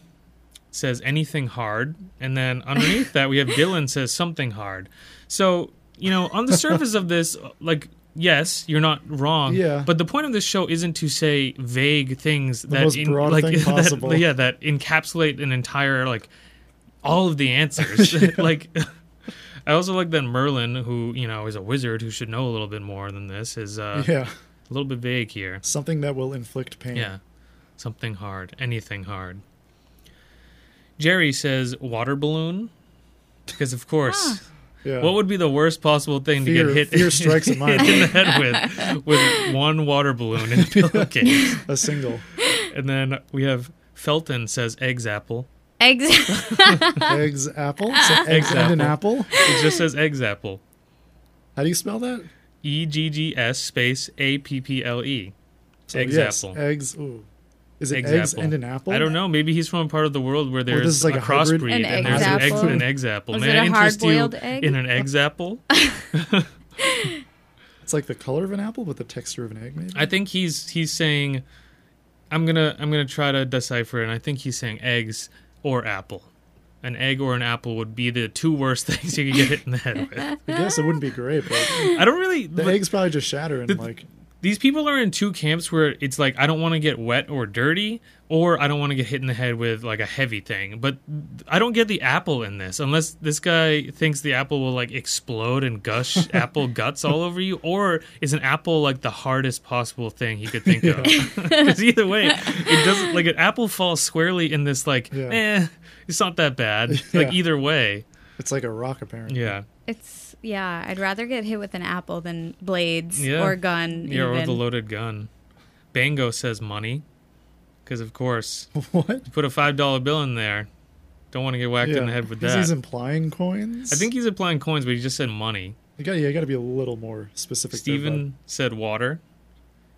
says anything hard, and then underneath that we have Dylan says something hard. So you know, on the surface of this, like yes, you're not wrong.
Yeah.
But the point of this show isn't to say vague things that
most broad
like
thing
that-
possible.
yeah, that encapsulate an entire like all of the answers. like I also like that Merlin, who, you know, is a wizard who should know a little bit more than this, is uh,
yeah,
a little bit vague here.
something that will inflict pain.
Yeah. Something hard. Anything hard. Jerry says water balloon. Because, of course,
yeah.
what would be the worst possible thing
fear,
to get hit,
fear strikes a
hit
mind.
in the head with? With one water balloon in a pillowcase.
a single.
and then we have Felton says eggs apple.
Eggs.
Eggs, apple. So eggs and an apple.
It just says eggs apple.
How do you spell that?
E G G S space A P P L E.
So,
Eggs
yes,
apple.
Eggs. Ooh. Is it
Eggs
eggs
apple.
and an apple?
I don't know. Maybe he's from a part of the world where there's
this is like
a,
a hybrid-
crossbreed
An
and
eggs
there's an egg,
apple?
an eggs apple.
Was
May
it
I
a
interest you
hard-boiled egg?
in an eggs apple?
It's like the color of an apple, but the texture of an egg, maybe.
I think he's he's saying, I'm gonna I'm gonna try to decipher, and I think he's saying eggs or apple. An egg or an apple would be the two worst things you could get hit in the head with.
I guess it wouldn't be great, but
I don't really.
the
but
eggs probably just shatter and like
These people are in two camps where it's like I don't want to get wet or dirty, or I don't want to get hit in the head with like a heavy thing. But I don't get the apple in this unless this guy thinks the apple will like explode and gush apple guts all over you, or is an apple like the hardest possible thing he could think of? Because either way, it doesn't like an apple falls squarely in this like
Yeah.
eh, it's not that bad. Like
Yeah.
either way,
it's like a rock apparently.
yeah,
it's yeah. I'd rather get hit with an apple than blades
Yeah.
or gun.
yeah, or
even.
the loaded gun. Bango says money, because of course.
What?
put a five dollar bill in there. Don't want to get whacked in the head with
'Cause
that.
He's implying coins.
I think he's applying coins, but he just said money.
you got. Yeah, you got to be a little more specific. there,
Steven said water.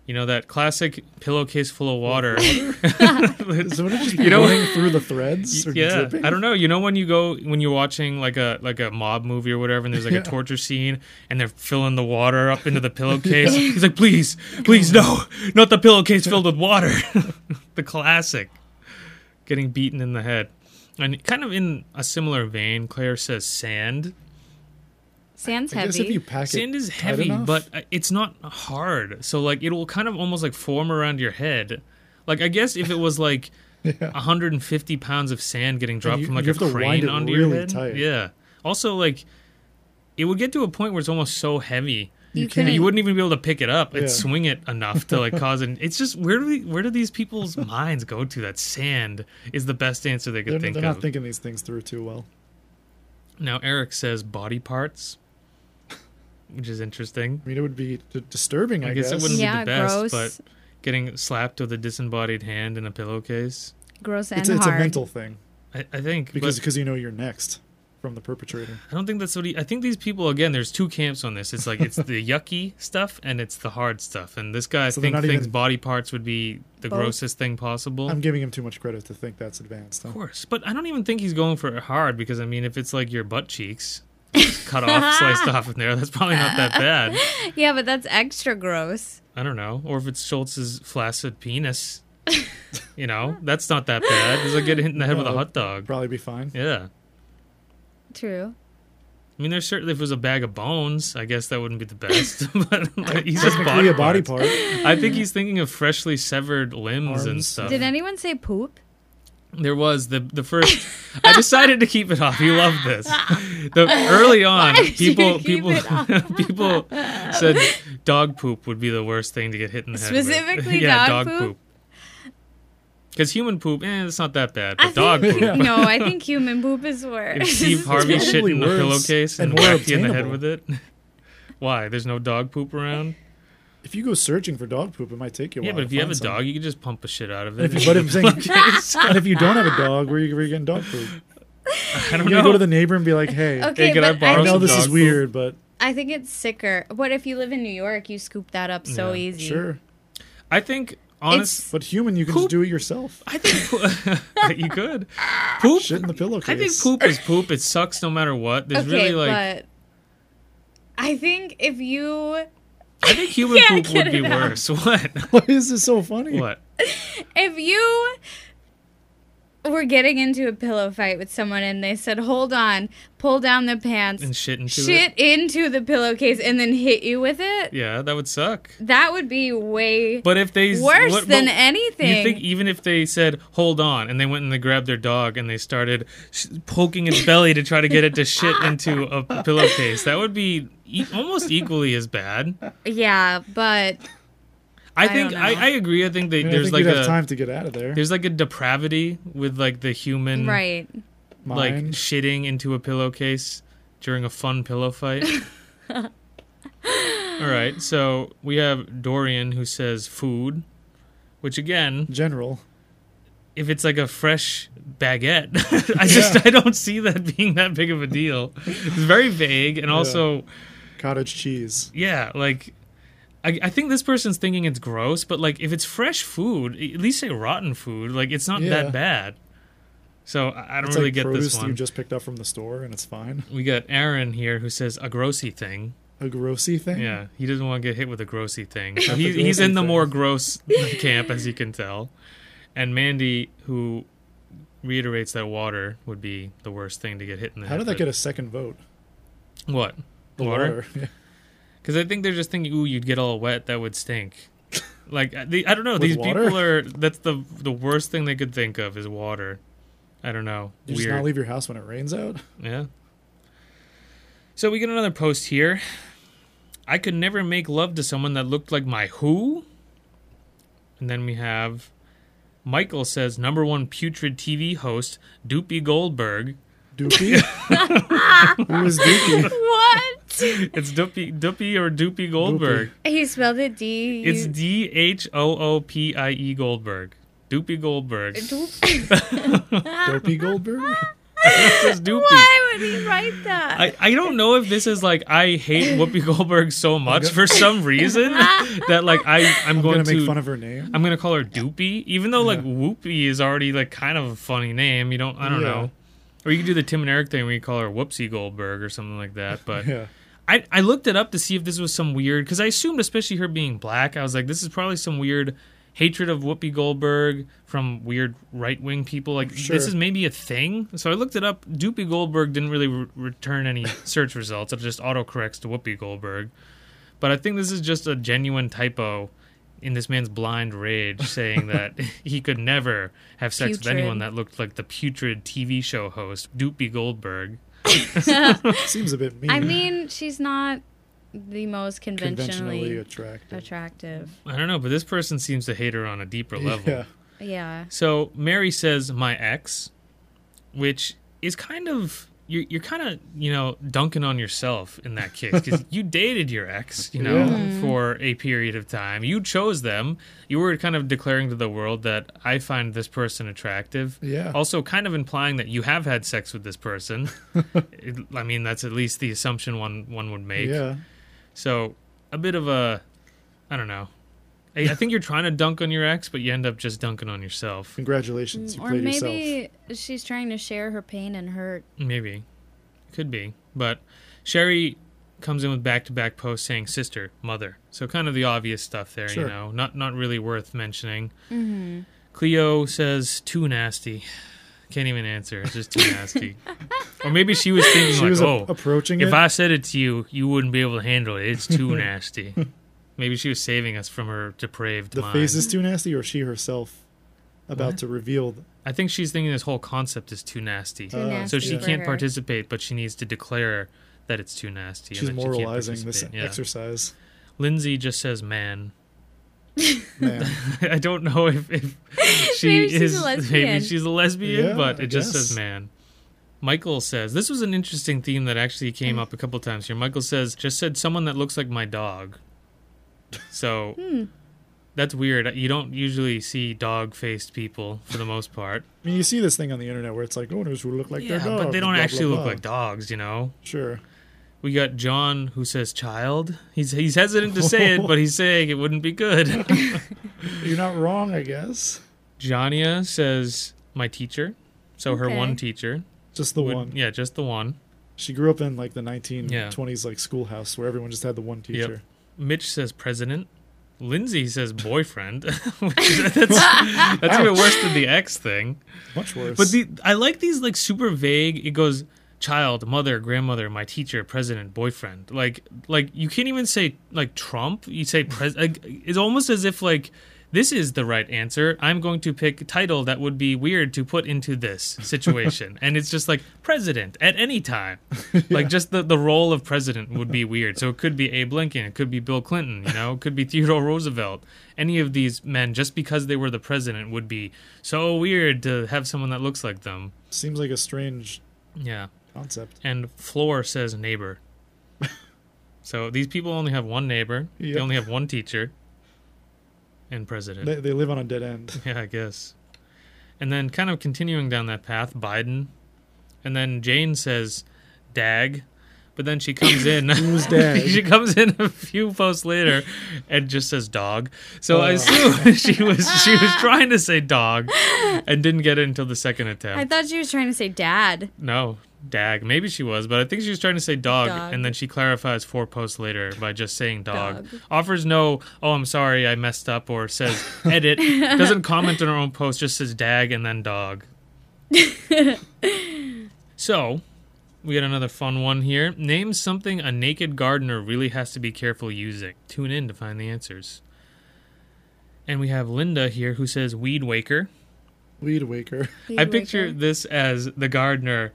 You know that classic pillowcase full of water.
bud. So what did
You
you be
know-
going through the threads? Or
yeah,
dripping?
I don't know. You know when you go when you're watching like a like a mob movie or whatever, and there's like
Yeah.
a torture scene, and they're filling the water up into the pillowcase. He's like, please, please, no, not the pillowcase filled with water. the classic, getting beaten in the head, and kind of in a similar vein. Claire says sand.
Sand's
I guess if
heavy.
you pack
Sand
it
is
tight
heavy,
enough-
but uh, it's not hard. So like it will kind of almost like form around your head. Like I guess if it was like 150 pounds of sand getting dropped
you-
from like
you
a
have to
crane
wind it
onto your
really
head.
tight.
Yeah. Also like it would get to a point where it's almost so heavy
You
that
couldn't-
you wouldn't even be able to pick it up and
Yeah.
swing it enough to like cause an. It's just where do we, where do these people's minds go to that sand is the best answer they could
they're,
think
they're
of.
not thinking these things through too well.
now Eric says body parts, which is interesting.
I mean, it would be d- disturbing. I,
I guess it wouldn't
Yeah,
be the best,
gross.
but getting slapped with a disembodied hand in a pillowcase,
Gross and
It's, it's a
hard.
mental thing
I, I think.
because
Because
because you know you're next from the perpetrator.
I don't think that's what he. I think these people again. There's two camps on this. It's like it's the yucky stuff and it's the hard stuff. And this guy, I
So they're
think,
not
thinks
even-
body parts would be the
Both?
grossest thing possible.
I'm giving him too much credit to think that's advanced. huh?
of course, but I don't even think he's going for hard because I mean, if it's like your butt cheeks cut off, sliced off in there, that's probably not that bad.
Yeah, but that's extra gross.
I don't know. Or if it's Schultz's flaccid penis, you know, that's not that bad. It's like getting hit in the head with a
No.
hot dog.
Probably be fine.
Yeah.
True.
I mean, there's certainly if it was a bag of bones, I guess that wouldn't be the best. but like, he's just
Technically
body,
a body
parts.
part.
I think he's thinking of freshly severed limbs and
Arms.
stuff.
Did anyone say poop?
there was the the first. I decided to keep it off. You love this. The early on,
did you
people
keep
people
it off?
people said dog poop would be the worst thing to get hit in the head. with.
Specifically
yeah,
dog poop?
Because human poop, eh, it's not that bad.
I
But dog
think-
poop.
Yeah.
No, I think human poop is
If
worse.
Steve Harvey
It's
shit in the
probably worse
pillowcase and,
and more
whacked you in the head
obtainable.
with it. Why? There's no dog poop around.
If you go searching for dog poop, it might take you a
yeah,
while.
but
to
if you have
find
a
some.
dog, you can just pump the shit out of it.
And if you, but if, I'm saying, and if you don't have a dog, where are you, where you getting dog poop?
I don't
You gotta
know.
go to the neighbor and be like, "Hey,
Okay,
Hey, can I
but I,
borrow
I
Throw
know
some
this
dog
is
poop.
weird, but
I think it's sicker. But if you live in New York, you scoop that up so
Yeah,
easy.
sure."
I think
It's
honest.
But human, you can
Poop.
just do it yourself.
I think po- you could poop.
Shit in the pillowcase.
I think poop is poop. It sucks no matter what. There's
okay,
really like
but I think if you
I think human
Can't
poop
get
would be
it out.
worse. What?
Why is this so funny?
What?
If you were getting into a pillow fight with someone and they said, "Hold on, pull down the pants."
And shit into
shit
it.
into the pillowcase and then hit you with it.
Yeah, that would suck.
That would be way
But if they
worse
what-
than
but
anything.
You think even if they said "hold on" and they went and they grabbed their dog and they started sh- poking its belly to try to get it to shit into a p- pillowcase, that would be e- almost equally as bad.
yeah, but
I
don't
think I,
know.
I, agree. I think they,
I mean, I
there's
think
like
you'd
a
have time to get out of there.
there's like a depravity with like the human
right.
like
Mine.
shitting into a pillowcase during a fun pillow fight. All right, so we have Dorian who says food, which again
general.
if it's like a fresh baguette. I just I don't see that being that big of a deal. It's very vague and also
Cottage cheese.
yeah, like I, I think this person's thinking it's gross, but like if it's fresh food, e, at least say rotten food. Like it's not
Yeah.
that bad. So I, I don't
It's
really
like
get
produce
this
that you
one.
just picked up from the store and it's fine.
We got Aaron here who says a grossy thing.
A grossy thing?
Yeah, he doesn't want to get hit with a grossy thing. So
That's
he,
a
he's in
grossy
the
thing.
more gross camp, as you can tell. And Mandy, who reiterates that water would be the worst thing to get hit in the
How
head
did that
with.
get a second vote?
What?
The water. Yeah.
Because I think they're just thinking, ooh, you'd get all wet. That would stink. like I- they, I don't know. These
water?
people are. That's the the worst thing they could think of is water. I don't know.
You just
Weird.
not leave your house when it rains out?
yeah. So we get another post here. I could never make love to someone that looked like my who. And then we have Michael says number one putrid TV host Doopy Goldberg.
Doopy? Who is Doopy?
what?
It's Doopy Doopy or Doopy Goldberg.
He spelled it D.
It's D H O O P I E Goldberg. Doopy Goldberg. It
Dopey Goldberg?
says Doopy.
Why would he write that?
I, I don't know if this is like I hate Whoopi Goldberg so much for some reason that like I I'm,
I'm
going
gonna
to
make fun of her name.
I'm gonna call her Doopy, even though like Whoopy is already like kind of a funny name. You don't I don't
Yeah.
know. Or you could do the Tim and Eric thing where you call her Whoopsie Goldberg or something like that. But
Yeah.
I, I looked it up to see if this was some weird because I assumed, especially her being black, I was like, this is probably some weird hatred of Whoopi Goldberg from weird right wing people. Like
Sure.
this is maybe a thing. So I looked it up. Doopy Goldberg didn't really re- return any search results. It just autocorrects to Whoopi Goldberg. But I think this is just a genuine typo in this man's blind rage, saying that he could never have sex with
Putrid.
anyone that looked like the putrid TV show host Doopy Goldberg.
Seems a bit mean.
I mean, she's not the most
conventionally
conventionally
attractive.
attractive.
I don't know, but this person seems to hate her on a deeper level.
Yeah.
Yeah.
So Mary says my ex, which is kind of you're, you're kind of you know dunking on yourself in that case because you dated your ex you know for a period of time you chose them you were kind of declaring to the world that i find this person attractive
Yeah.
also kind of implying that you have had sex with this person It- i mean that's at least the assumption one one would make
Yeah.
so a bit of a, I don't know. I, I think you're trying to dunk on your ex, but you end up just dunking on yourself.
Congratulations, you
Or
played yourself.
maybe she's trying to share her pain and hurt.
Maybe, could be. But Sherry comes in with back-to-back posts saying sister, mother. So kind of the obvious stuff there, you
Sure.
know. Not not really worth mentioning. Mm-hmm. Cleo says too nasty. Can't even answer. It's just too nasty. or maybe she was thinking
She
like,
was a-
oh,
approaching
If
it.
I said it to you, you wouldn't be able to handle it. It's too nasty. Maybe she was saving us from her depraved
the
mind.
face is too nasty, or she herself about to reveal. th-
I think she's thinking this whole concept is too nasty.
Too nasty
Uh, so she
for
can't
her.
participate, but she needs to declare that it's too nasty.
she's
and that she can't
moralizing this
participate. Yeah.
exercise.
Lindsay just says, man.
Man,
I don't know if, if she
Maybe she's a
is.
lesbian.
maybe she's a lesbian,
Yeah,
but it
I
just says
guess.
man. Michael says this was an interesting theme that actually
Mm.
came up a couple times here. Michael says just said someone that looks like my dog. So
Hmm.
that's weird. You don't usually see dog-faced people for the most part.
I mean, you see this thing on the internet where it's like owners who look like
Yeah,
their dogs.
but they don't
blah,
actually
blah,
look
blah.
like dogs, you know.
Sure.
We got John who says child. He's he's hesitant to say it, but he's saying it wouldn't be good.
You're not wrong, I guess.
Jania says my teacher. So her
Okay.
one teacher.
Just the
Would-
one.
Yeah, just the one.
She grew up in like the 1920s
Yeah.
like schoolhouse where everyone just had the one teacher.
Mitch says president. Lindsay says boyfriend. which is- that's that's even worse than the ex thing.
Much worse.
But the I like these like super vague. It goes child, mother, grandmother, my teacher, president, boyfriend. Like like you can't even say like Trump. You say pres. like, it's almost as if like this is the right answer. I'm going to pick a title that would be weird to put into this situation. and it's just like president at any time. Like just the the role of president would be weird. So it could be Abe Lincoln, it could be Bill Clinton, you know, it could be Theodore Roosevelt. Any of these men just because they were the president would be so weird to have someone that looks like them.
seems like a strange
Yeah.
concept.
And floor says neighbor. so these people only have one neighbor. They
Yeah.
only have one teacher. And president.
They, they live on a dead end.
yeah, I guess. And then kind of continuing down that path, Biden. And then Jane says dag. But then she comes in.
Who's Dag?
she comes in a few posts later and just says dog. So I
Oh.
assume she was she was trying to say dog and didn't get it until the second attempt.
I thought she was trying to say dad.
No, dag. Maybe she was, but I think she was trying to say dog,
Dog.
and then she clarifies four posts later by just saying dog.
Dog.
Offers no, oh, I'm sorry, I messed up, or says edit. Doesn't comment on her own post, just says dag and then dog. so, we got another fun one here. Name something a naked gardener really has to be careful using. Tune in to find the answers. And we have Linda here who says weed waker.
Weed waker.
I picture this as the gardener.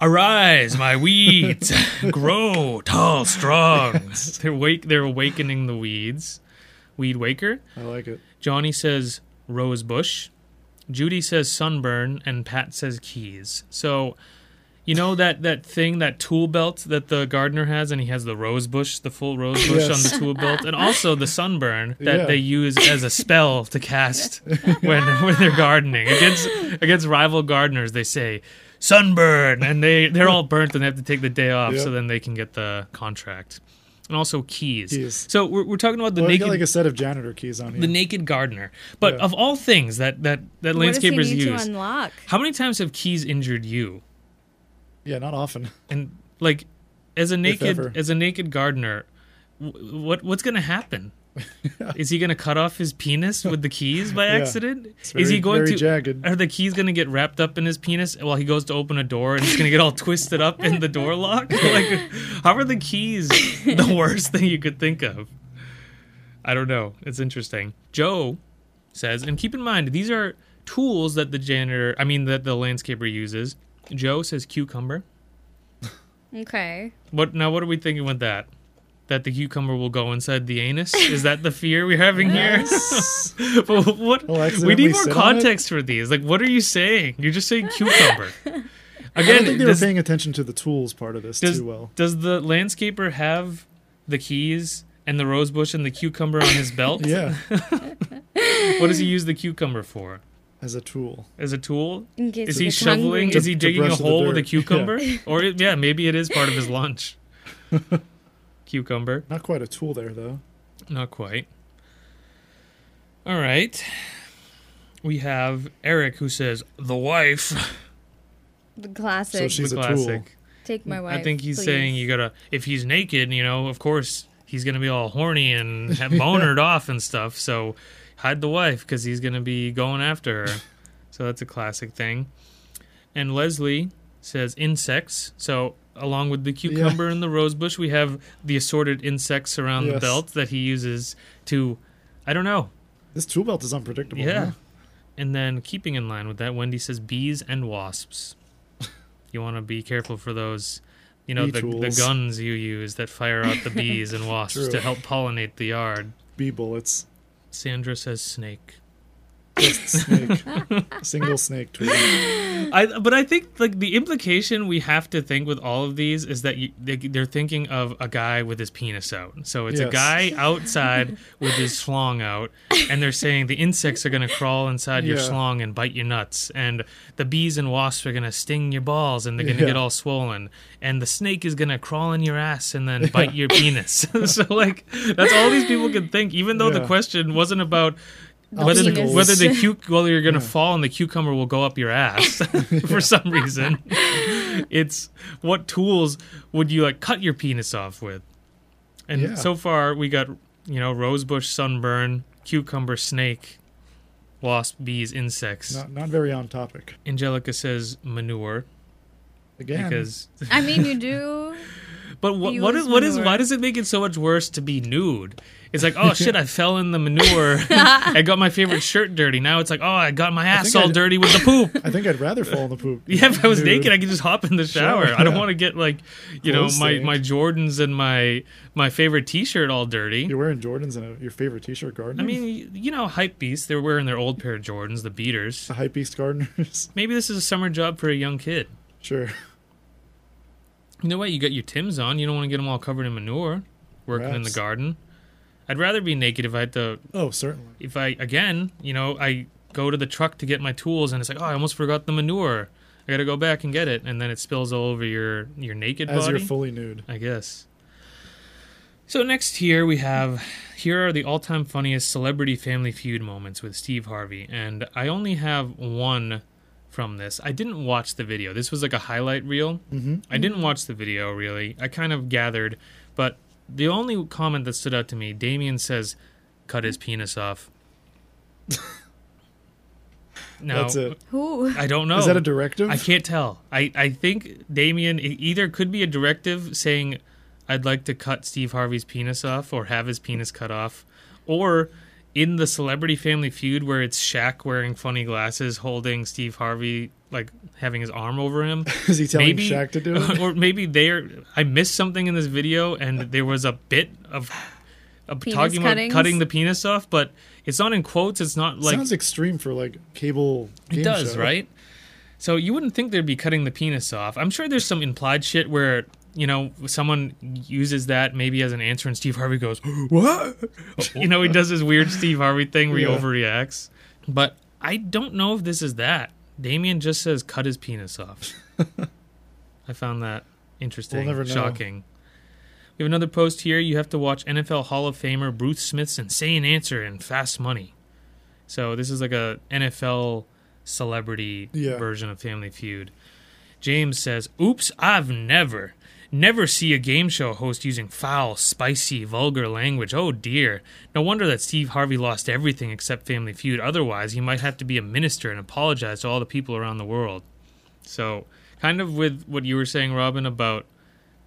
Arise, my weeds, grow tall, strong. They're wake. They're awakening the weeds. Weed waker.
I like it.
Johnny says rose bush. Judy says sunburn, and Pat says keys. So, you know that that thing, that tool belt that the gardener has, and he has the rose bush, the full rose bush
Yes.
on the tool belt, and also the sunburn that
Yeah.
they use as a spell to cast when when they're gardening against against rival gardeners. They say sunburn, and they they're all burnt, and they have to take the day off
Yeah.
so then they can get the contract. And also keys.
Keys.
So we're, we're talking about the
Well, you
naked
got like a set of janitor keys on
the
you.
naked gardener. But
Yeah.
of all things that that that
What does he
landscapers
need
use,
to unlock?
how many times have keys injured you?
yeah, not often.
And like, as a
ever.
naked as a naked gardener, w- what what's gonna happen? Is he gonna cut off his penis with the keys by
Yeah.
accident?
very-
Is he going
very
to?
jagged.
Are the keys gonna get wrapped up in his penis while he goes to open a door and it's gonna get all twisted up in the door lock? like, how are the keys the worst thing you could think of? I don't know. It's interesting. Joe says, and keep in mind these are tools that the janitor, I mean that the landscaper uses. Joe says cucumber.
Okay.
What now? What are we thinking with that? That the cucumber will go inside the anus? Is that the fear we're having here? but what? we
Well, accidentally
need more
sit on
context for these. Like, what are you saying? You're just saying cucumber. Again,
I think they
does,
were paying attention to the tools part of this
does,
too well.
does the landscaper have the keys and the rose bush and the cucumber on his belt?
Yeah,
What does he use the cucumber for?
as a tool.
As a tool?
In case
Is
he
he
gets
shoveling?
hungry.
Is he
To- to
digging a
brush the
hole with a
dirt. Yeah.
cucumber? Or yeah, maybe it is part of his lunch. cucumber.
Not quite a tool there though.
Not quite. All right. We have Eric who says the wife.
the classic.
So she's
the
a tool.
classic.
Take my wife.
I think he's
please.
saying you gotta if he's naked, you know, of course he's gonna be all horny and have bonered off and stuff. So hide the wife because he's gonna be going after her. so that's a classic thing. And Leslie says insects. So along with the cucumber and the rose bush, we have the assorted insects around the
Yes.
belt that he uses to, I don't know,
This tool belt is unpredictable.
Yeah.
huh?
And then keeping in line with that, Wendy says bees and wasps. you want to be careful for those, you know,
Bee
the, the
tools.
guns you use that fire out the bees and wasps
True.
to help pollinate the yard.
Bee bullets.
Sandra says snake.
Just snake. Single snake tool.
I but I think like the implication we have to think with all of these is that you, they, they're thinking of a guy with his penis out. So it's a
Yes.
guy outside with his schlong out, and they're saying the insects are gonna crawl inside your
Yeah.
schlong and bite your nuts, and the bees and wasps are gonna sting your balls, and they're gonna
Yeah.
get all swollen, and the snake is gonna crawl in your ass and then bite your penis. so like that's all these people can think, even though the
Yeah.
question wasn't about whether the,
Obstacles.
whether the cuc- whether you're gonna
Yeah.
fall and the cucumber will go up your ass for some reason. it's what tools would you like cut your penis off with? And
Yeah.
so far, we got you know rosebush sunburn, cucumber snake, wasp, bees, insects.
Not not very on topic.
Angelica says manure
Again,
because.
I mean, you do.
But what
You
what
use
is what is
manure.
why does it make it so much worse to be nude? It's like oh shit, I fell in the manure. I got my favorite shirt dirty. Now it's like oh, I got my ass
think I
all
d-
dirty with the poop.
I think I'd rather fall in the poop.
Yeah, if I was
Dude.
naked, I could just hop in the shower. I don't
yeah.
want to get like, you know,
Clothes
my,
stained.
my Jordans and my my favorite T-shirt all dirty.
You're wearing Jordans and a, your favorite T-shirt gardener.
I mean, you know, hype beasts. They're wearing their old pair of Jordans, the beaters.
the hype beast gardeners.
Maybe this is a summer job for a young kid.
sure.
You know what? You got your Tim's on. You don't want to get them all covered in manure, working in the
Rats.
garden. I'd rather be naked if I had to.
Oh, certainly.
If I again, you know, I go to the truck to get my tools, and it's like, oh, I almost forgot the manure. I got to go back and get it, and then it spills all over your your naked
As
body.
you're fully nude.
I guess. So next here we have here are the all-time funniest celebrity family feud moments with Steve Harvey and I only have one from this. I didn't watch the video. This was like a highlight reel. Mm-hmm. I didn't watch the video really. I kind of gathered, but the only comment that stood out to me, Damien says cut his penis off. now,
That's it.
Who?
I don't know.
Is that a directive?
Oh. I can't tell. I, I think Damien it either could be a directive saying, I'd like to cut Steve Harvey's penis off or have his penis cut off, or in the celebrity family feud where it's Shaq wearing funny glasses holding Steve Harvey, like having his arm over him.
Is he telling Shaq to do it?
or maybe they're. I missed something in this video and there was a bit of. Of
Penis
talking
cuttings?
about cutting the penis off, but it's not in quotes. It's not like
Sounds extreme for like cable. Game
it does,
show.
right? So you wouldn't think they'd be cutting the penis off. I'm sure there's some implied shit where, you know, someone uses that maybe as an answer and Steve Harvey goes,
What?
you know, he does this weird Steve Harvey thing where
Yeah.
he overreacts. But I don't know if this is that. Damien just says cut his penis off. I found that interesting,
We'll never know.
shocking. We have another post here. You have to watch NFL Hall of Famer Bruce Smith's insane answer in Fast Money. So this is like a NFL celebrity
Yeah.
version of Family Feud. James says, "Oops, I've never, never see a game show host using foul, spicy, vulgar language. Oh dear. No wonder that Steve Harvey lost everything except Family Feud. Otherwise, he might have to be a minister and apologize to all the people around the world." So, kind of with what you were saying, Robin, about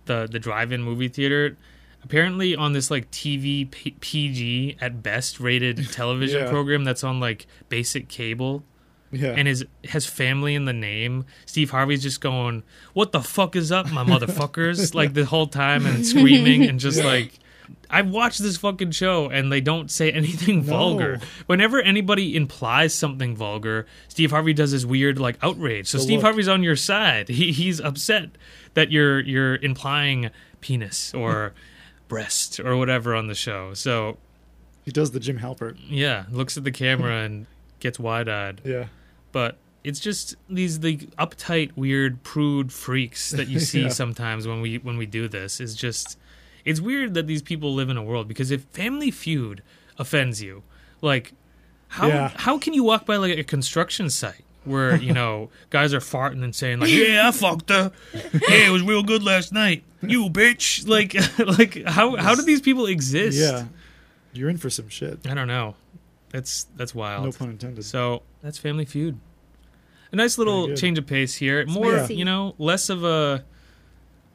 the the drive-in movie theater. Apparently, on this like TV P- PG at best rated television
Yeah.
program that's on like basic cable,
Yeah.
and his has family in the name. Steve Harvey's just going, "What the fuck is up, my motherfuckers?" like the whole time and screaming and just like I've watched this fucking show and they don't say anything vulgar. Whenever anybody implies something vulgar, Steve Harvey does his weird like outrage. So
The
Steve
look.
Harvey's on your side. He he's upset that you're you're implying penis or breast or whatever on the show. So,
he does the Jim Halpert.
yeah, looks at the camera and gets wide-eyed
Yeah.
but it's just these the uptight weird prude freaks that you see
Yeah.
sometimes when we when we do this is just it's weird that these people live in a world because if family feud offends you like how
Yeah.
how can you walk by like a construction site where you know guys are farting and saying like yeah i fucked her hey it was real good last night you bitch like like how how do these people exist
Yeah. You're in for some shit.
i don't know that's that's wild
No pun intended.
so that's Family Feud. A nice little
good.
change of pace here. More,
Yeah.
you know, less of a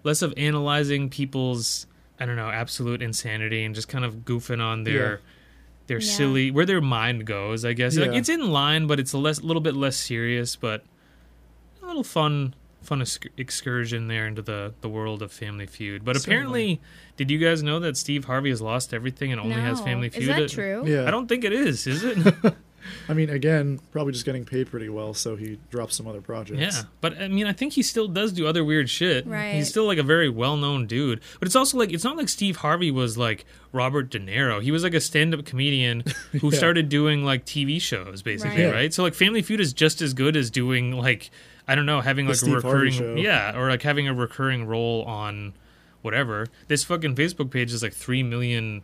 less of analyzing people's I don't know absolute insanity and just kind of goofing on their
Yeah.
their
Yeah.
silly where their mind goes. I guess like
Yeah.
it's in line, but it's a less little bit less serious, but a little fun fun exc- excursion there into the the world of Family Feud. But apparently, did you guys know that Steve Harvey has lost everything and only has
No.
Family Feud?
Is that
It-
true?
yeah.
I don't think it is. Is it?
I mean, again, probably just getting paid pretty well, so he drops some other projects.
Yeah, but I mean, I think he still does do other weird shit.
Right.
He's still like a very well-known dude. But it's also like it's not like Steve Harvey was like Robert De Niro. He was like a stand-up comedian who
Yeah.
started doing like TV shows, basically,
Right.
right.
Yeah.
So like Family Feud is just as good as doing like I don't know, having like a
Steve Harvey
recurring
show.
yeah, or like having a recurring role on whatever. This fucking Facebook page is like three million.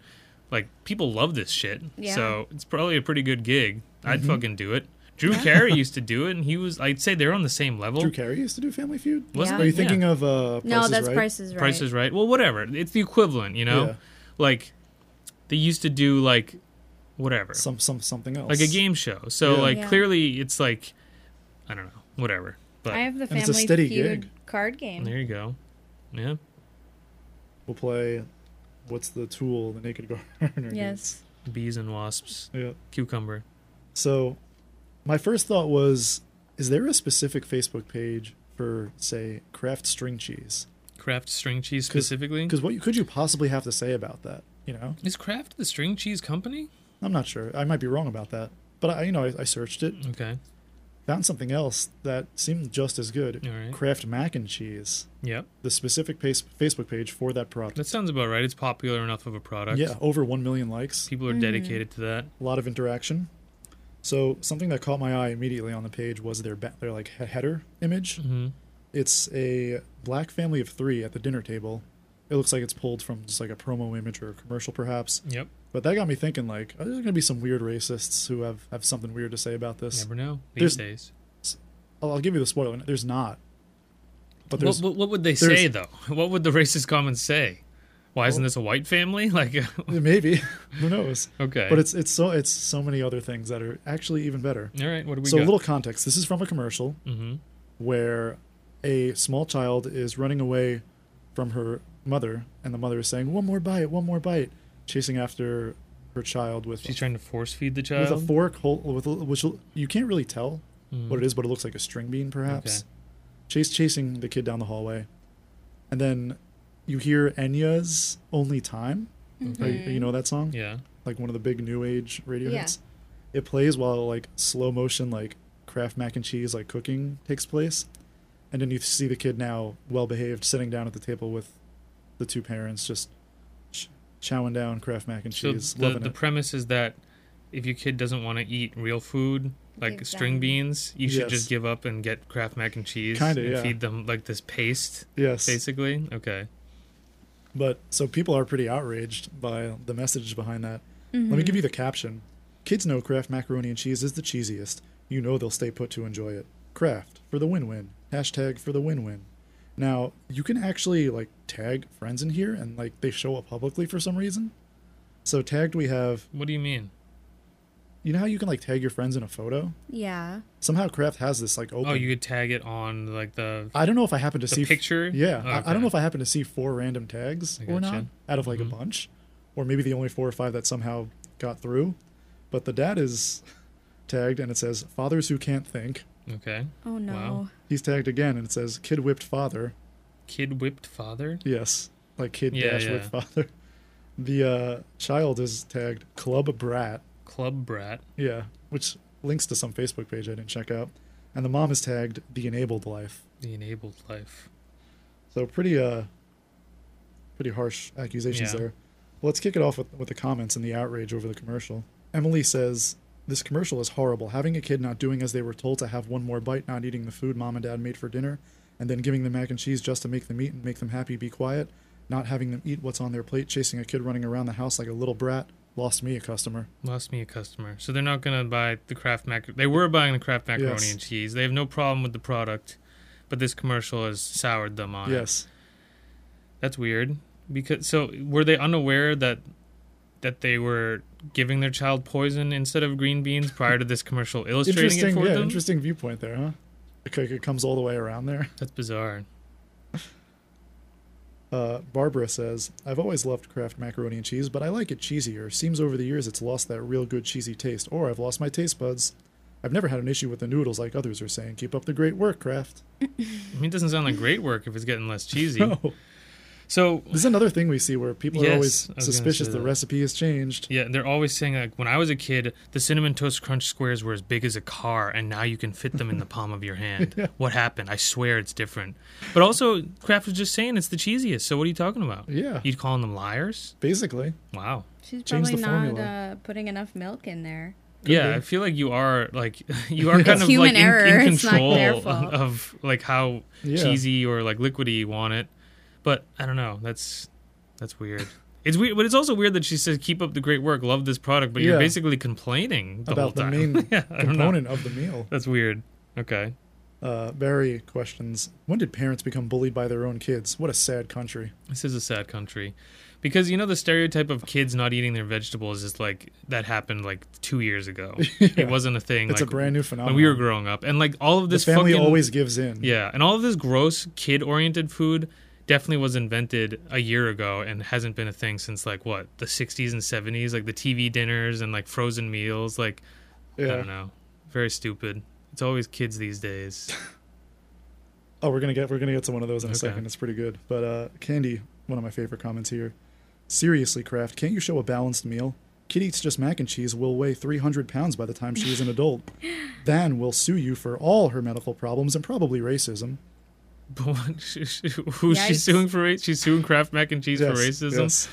Like people love this shit,
Yeah.
so Oh, it's probably a pretty good gig.
Mm-hmm.
I'd fucking do it. Drew Carey used to do it, and he was. I'd say they're on the same level.
Drew Carey used to do Family Feud.
Wasn't
Yeah.
Are you
it?
thinking
Yeah.
of uh? Price
no,
is
that's
right?
Price is Right.
Price is Right? Well, whatever. It's the equivalent, you know.
Yeah.
like they used to do like whatever,
some some something else.
like a game show. So
Yeah.
like
Yeah.
clearly it's like I don't know, whatever. But
I have the
And
Family
it's a steady
Feud
gig.
card game.
there you go. Yeah.
We'll play. What's the tool? The naked gardener.
Yes.
Bees and wasps,
needs. Yeah.
cucumber.
So, my first thought was, is there a specific Facebook page for say craft string cheese?
Kraft string cheese specifically.
Because what you, could you possibly have to say about that? You know,
Is Kraft the string cheese company?
I'm not sure. I might be wrong about that. But I, you know, I, I searched it,
Okay.
found something else that seemed just as good.
All right.
Kraft mac and cheese.
Yep.
The specific pace, Facebook page for that product.
That sounds about right. It's popular enough of a product.
Yeah, over one million likes.
People
Mm-hmm.
are dedicated to that.
a lot of interaction. So something that caught my eye immediately on the page was their ba- their like he- header image.
Mm-hmm.
It's a black family of three at the dinner table. It looks like it's pulled from just like a promo image or a commercial, perhaps.
Yep.
But that got me thinking, like, oh, there's gonna be some weird racists who have have something weird to say about this.
Never know these
There's-
days.
I'll, I'll give you the spoiler. There's not. But
What,
there's
what, what would they
there's-
say though? What would the racist comments say? Why isn't this a white family? Like,
maybe who knows.
okay.
But it's it's so it's so many other things that are actually even better.
all right. What do we
so
got?
a little context. This is from a commercial.
mm-hmm.
where a small child is running away from her mother, and the mother is saying, "One more bite, one more bite," chasing after her child with
She's trying to force feed the
with
child. Hmm.
a fork, hol- with a- which l- you can't really tell what it is, but it looks like a string bean, perhaps.
Okay.
Chase chasing the kid down the hallway, and then you hear Enya's "Only Time." Right?
Mm-hmm.
You know that song?
yeah.
Like one of the big new age radio
Hmm. Yeah.
hits. It plays while like slow motion like Kraft mac and cheese like cooking takes place. And then you see the kid now well behaved sitting down at the table with the two parents just ch- chowing down Kraft mac and
So
cheese,
the
loving
the
it.
premise is that if your kid doesn't want to eat real food like
Give
string
them-
beans, you should
Yes.
just give up and get Kraft mac and cheese
Kinda,
and
yeah.
feed them like this paste,
Yes.
basically. Okay.
But so people are pretty outraged by the message behind that. Let me give you the caption. Kids know Kraft macaroni and cheese is the cheesiest. You know they'll stay put to enjoy it. Kraft for the win-win. Hashtag for the win-win. Now you can actually like tag friends in here and like they show up publicly for some reason. So tagged we have.
What do you mean?
You know how you can like tag your friends in a photo?
Yeah.
Somehow Kraft has this like open.
Oh, you could tag it on like the
I don't know if I happen to
The
see
picture?
Yeah, I- I,
Okay.
don't know if I happen to see four random tags
I
or
gotcha. Mm-hmm.
not out of like a bunch, or maybe the only four or five that somehow got through. But the dad is tagged, and it says "fathers who can't think."
okay
Oh no.
Wow.
He's tagged again, and it says "kid whipped father."
kid whipped father.
Yes, like kid
Yeah,
dash whipped father. The uh, child is tagged "club brat."
Club brat.
Yeah, which links to some Facebook page I didn't check out, and the mom is tagged "the enabled life."
The enabled life.
So pretty uh pretty harsh accusations
Yeah.
there. Well, let's kick it off with, with the comments and the outrage over the commercial. Emily says, This commercial is horrible. Having a kid not doing as they were told to have one more bite, not eating the food mom and dad made for dinner, and then giving them mac and cheese just to make them eat and make them happy, be quiet, not having them eat what's on their plate, chasing a kid running around the house like a little brat, lost me a customer.
Lost me a customer. So they're not gonna buy the Kraft mac. They were buying the Kraft macaroni
Yes.
and cheese. They have no problem with the product, but this commercial has soured them on. it.
Yes.
That's weird. Because so were they unaware that that they were giving their child poison instead of green beans prior to this commercial illustrating it
Interesting
for
yeah,
them?
interesting viewpoint there, huh? It, c- it comes all the way around there.
That's bizarre.
Uh, Barbara says, I've always loved Kraft macaroni and cheese, but I like it cheesier. Seems over the years it's lost that real good cheesy taste, or I've lost my taste buds. I've never had an issue with the noodles like others are saying. Keep up the great work, Kraft.
I mean, it doesn't sound like great work if it's getting less cheesy.
No.
So
This is another thing we see where people
Oh. Yes,
are
I was
always
gonna
suspicious
say
the
that.
recipe has changed.
Yeah, they're always saying like when I was a kid, the cinnamon toast crunch squares were as big as a car, and now you can fit them in the palm of your hand. What happened? I swear it's different. But also, Kraft was just saying it's the cheesiest. So what are you talking about?
Yeah,
You calling them liars?
basically.
Wow.
She's
Change
probably
the
not
formula.
uh, putting enough milk in there.
yeah, I feel like you are like you are kind of like
human
in- in,
error. It's not
control
their fault.
of like how
Yeah.
cheesy or like liquidy you want it. But I don't know. That's that's weird. It's weird, but it's also weird that she says, "Keep up the great work, love this product," but you're
Yeah.
basically complaining the whole
About the
time.
main
yeah, I don't know.
component of the meal.
That's weird. Okay.
Uh, Barry questions When did parents become bullied by their own kids? What a sad country.
This is a sad country. because you know the stereotype of kids not eating their vegetables is like that happened like two years ago.
Yeah.
It wasn't a thing.
It's
like,
a brand new
when
phenomenon.
we were growing up, and like all of
the
this
family
fucking,
always gives in.
yeah, and all of this gross kid-oriented food definitely was invented a year ago and hasn't been a thing since like what the 60s and 70s, like the TV dinners and like frozen meals. Like I
Yeah.
don't know, very stupid. It's always kids these days.
Oh, we're gonna get we're gonna get to one of those in a
Okay.
second. It's pretty good. But uh, Candy, one of my favorite comments here. Seriously, Kraft, can't you show a balanced meal? Kid eats just mac and cheese will weigh 300 pounds by the time she is an adult. then will sue you for all her medical problems and probably racism.
But what- she- she- Who's she
Yikes.
suing for? Ra- she's suing Kraft Mac and Cheese for racism.
yes.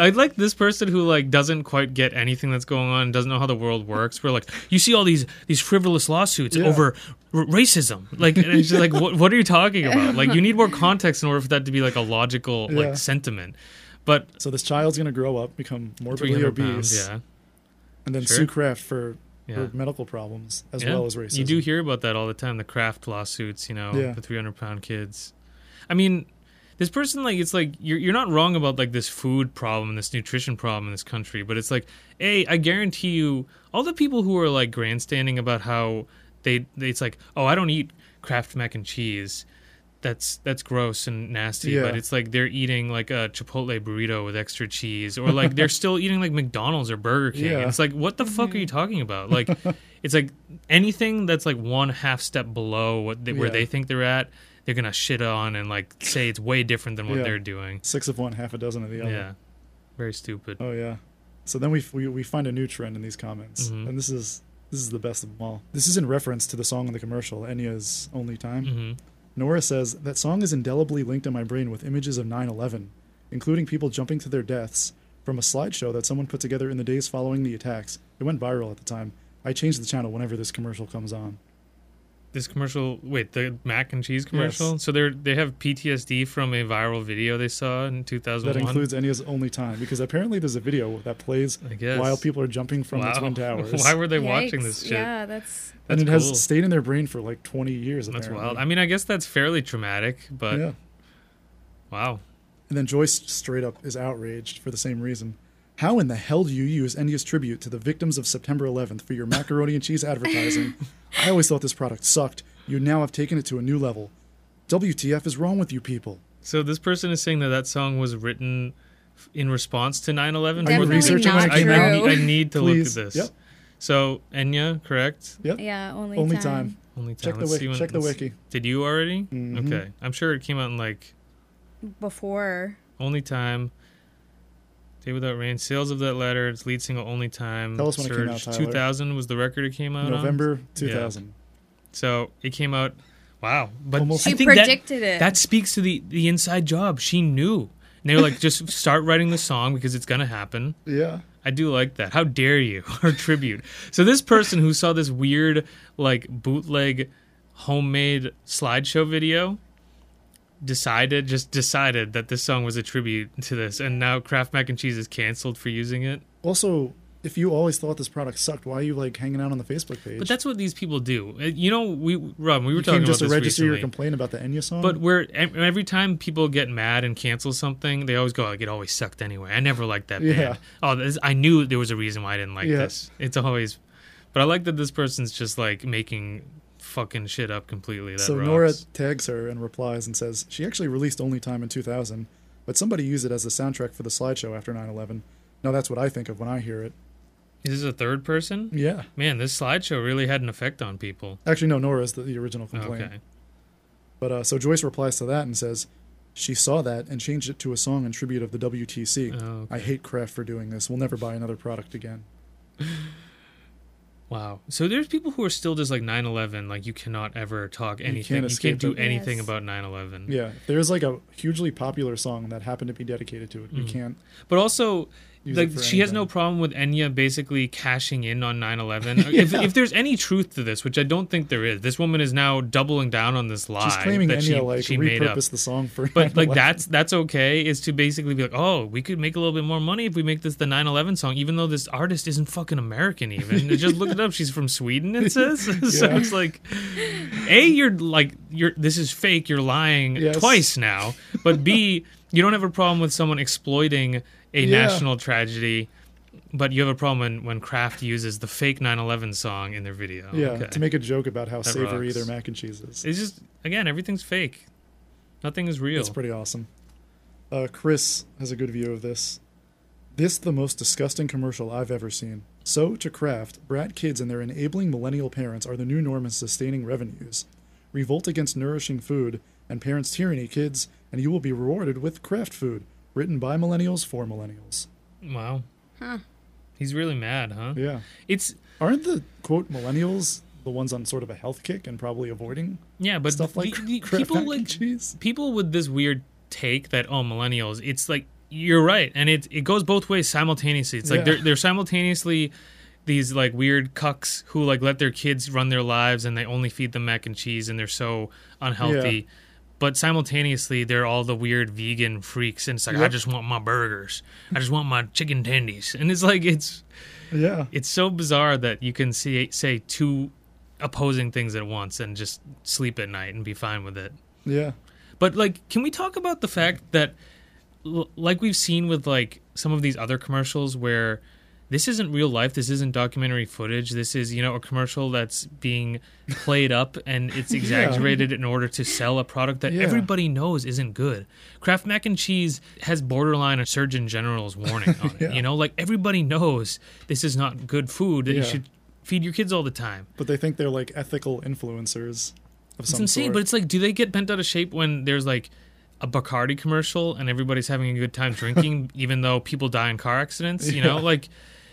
I like this person who like doesn't quite get anything that's going on, doesn't know how the world works. We're like, you see all these these frivolous lawsuits
Yeah.
over r- racism. Like, and it's just like, what, what are you talking about? Like, you need more context in order for that to be like a logical
Yeah.
like sentiment. But
So this child's gonna grow up, become
three
morbidly
hundred
obese,
pounds, yeah,
and then
Sure.
sue Kraft for
yeah.
her medical problems as
Yeah.
well as racism.
You do hear about that all the time, the craft lawsuits, you know,
Yeah.
the 300 pound kids. I mean, this person, like, it's like, you're, you're not wrong about, like, this food problem, this nutrition problem in this country, but it's like, hey, I guarantee you, all the people who are, like, grandstanding about how they, they it's like, oh, I don't eat Kraft mac and cheese. That's that's gross and nasty,
Yeah.
but it's like they're eating like a Chipotle burrito with extra cheese, or like they're still eating like McDonald's or Burger King.
Yeah.
And it's like, what the fuck are you talking about? Like, it's like anything that's like one half step below what they, where
Yeah.
they think they're at, they're gonna shit on and like say it's way different than what
Yeah.
they're doing.
Six of one, half a dozen of the
Yeah,
other.
very stupid.
Oh yeah. So then we, we we find a new trend in these comments,
Mhm.
and this is this is the best of them all. This is in reference to the song in the commercial, Enya's "Only Time."
hmm
Nora says that song is indelibly linked in my brain with images of 9/11, including people jumping to their deaths from a slideshow that someone put together in the days following the attacks. It went viral at the time. I change the channel whenever this commercial comes on.
This commercial, wait, the mac and cheese commercial. So they're they have PTSD from a viral video they saw in two thousand
That
one.
includes Enya's "Only Time" because apparently there's a video that plays
I guess.
while people are jumping from
wow.
the twin towers,
Why were they watching
Yikes.
this shit?
Yeah, that's
and
That's
it
cool.
has stayed in their brain for like 20 years.
That's
apparently.
wild. I mean, I guess that's fairly traumatic, but
yeah.
wow.
And then Joyce straight up is outraged for the same reason. How in the hell do you use Enya's tribute to the victims of September 11th for your macaroni and cheese advertising? I always thought this product sucked. You now have taken it to a new level. WTF is wrong with you people?
So this person is saying that that song was written f- in response to 9/11.
Are you
for the
researching when it
I,
came
I,
out?
need, I need to
Please.
look at this.
Yep.
So Enya, correct?
Yep.
yeah, only
Only
time.
time.
Only
Check
time.
the
Let's see
wiki.
when-
Check the
let's-
wiki.
Did you already?
Mhm.
Okay. I'm sure it came out in like
before.
Only Time. Day Without Rain. Sales of that letter. Its lead single Only Time.
Tell us when it came out,
surged.
Tyler.
2000 was the record it came out on.
November 2000.
So it came out. Wow. But
Almost-
I
She
think that-
predicted it.
that speaks to the the inside job. She knew. And they were like, just start writing the song because it's gonna happen.
Yeah.
I do like that. How dare you? Or tribute. So this person who saw this weird like bootleg homemade slideshow video decided just decided that this song was a tribute to this and now Kraft Mac and Cheese is canceled for using it.
Also, if you always thought this product sucked, why are you like hanging out on the Facebook page?
But that's what these people do. Uh, You know, we Rob, we were
you
talking
came just to
about this
register your
recently.
complaint about the Enya song.
But where ev- every time people get mad and cancel something, they always go like, "It always sucked anyway." I never liked that
Yeah.
band. Oh, this, I knew there was a reason why I didn't like
Yeah.
this. It's always, but I like that this person's just like making fucking shit up completely. That
So
rocks.
Nora tags her and replies and says she actually released Only Time in 2000, but somebody used it as the soundtrack for the slideshow after 9/11. Now that's what I think of when I hear it.
is this a third person?
Yeah.
Man, this slideshow really had an effect on people.
Actually, no. Nora is the, the original complaint.
Okay,
But uh, so Joyce replies to that and says she saw that and changed it to a song in tribute of the WTC.
Oh, okay.
I hate Kraft for doing this. We'll never buy another product again.
wow. So there's people who are still just like 9/11. Like you cannot ever talk anything. You
can't
can't,
escape
do
it.
anything
Yes.
about 9/11. Hmm.
Yeah, there's like a hugely popular song that happened to be dedicated to it. We can't.
But also,
use it
like
for
she has
anything.
no problem with Enya basically cashing in on 9/11. If if there's any truth to this, which I don't think there is, this woman is now doubling down on this lie
She's claiming
that
Enya
she,
like
she made up.
repurposed the song for.
But like
9/11.
that's that's okay is to basically be like, "Oh, we could make a little bit more money if we make this the 9/11 song even though this artist isn't fucking American even." Just look it up. She's from Sweden it says. so
Yeah.
it's like A you're like you're this is fake, you're lying
Yes.
twice now. But B you don't have a problem with someone exploiting a
Yeah.
national tragedy. But you have a problem when, when Kraft uses the fake 9/11 song in their video.
yeah
Okay.
to make a joke about how savory
rocks.
their mac and cheese is.
it's just again everything's fake. Nothing is real.
It's pretty awesome. Uh, Chris has a good view of this. This the most disgusting commercial I've ever seen. So to Kraft, brat kids and their enabling millennial parents are the new norm in sustaining revenues. Revolt against nourishing food and parents' tyranny, kids, and you will be rewarded with Kraft food, written by millennials for millennials.
Wow. He's really mad, huh?
Yeah,
It's
aren't the quote millennials the ones on sort of a health kick and probably avoiding
yeah, but
stuff like
the- the-
Kraft
people
mac and
like
cheese?
people with this weird take that oh millennials. It's like you're right, and it it goes both ways simultaneously. It's like
Yeah.
they're they're simultaneously these like weird cucks who like let their kids run their lives and they only feed them mac and cheese and they're so unhealthy.
Yeah.
But simultaneously, they're all the weird vegan freaks, and it's like I
Yep.
just want my burgers, I just want my chicken tendies, and it's like it's
Yeah,
it's so bizarre that you can see say two opposing things at once and just sleep at night and be fine with it.
yeah,
But like, can we talk about the fact that, l- like we've seen with like some of these other commercials where this isn't real life, this isn't documentary footage, this is you know a commercial that's being played up and it's exaggerated in order to sell a product that
Yeah.
everybody knows isn't good. Kraft mac and cheese has borderline a Surgeon General's warning on it. You know, like everybody knows this is not good food that you
Yeah.
should feed your kids all the time.
but they think they're like ethical influencers of
It's
some
insane,
sort.
but it's like, do they get bent out of shape when there's like a Bacardi commercial and everybody's having a good time drinking, even though people die in car accidents? You know,
Yeah.
like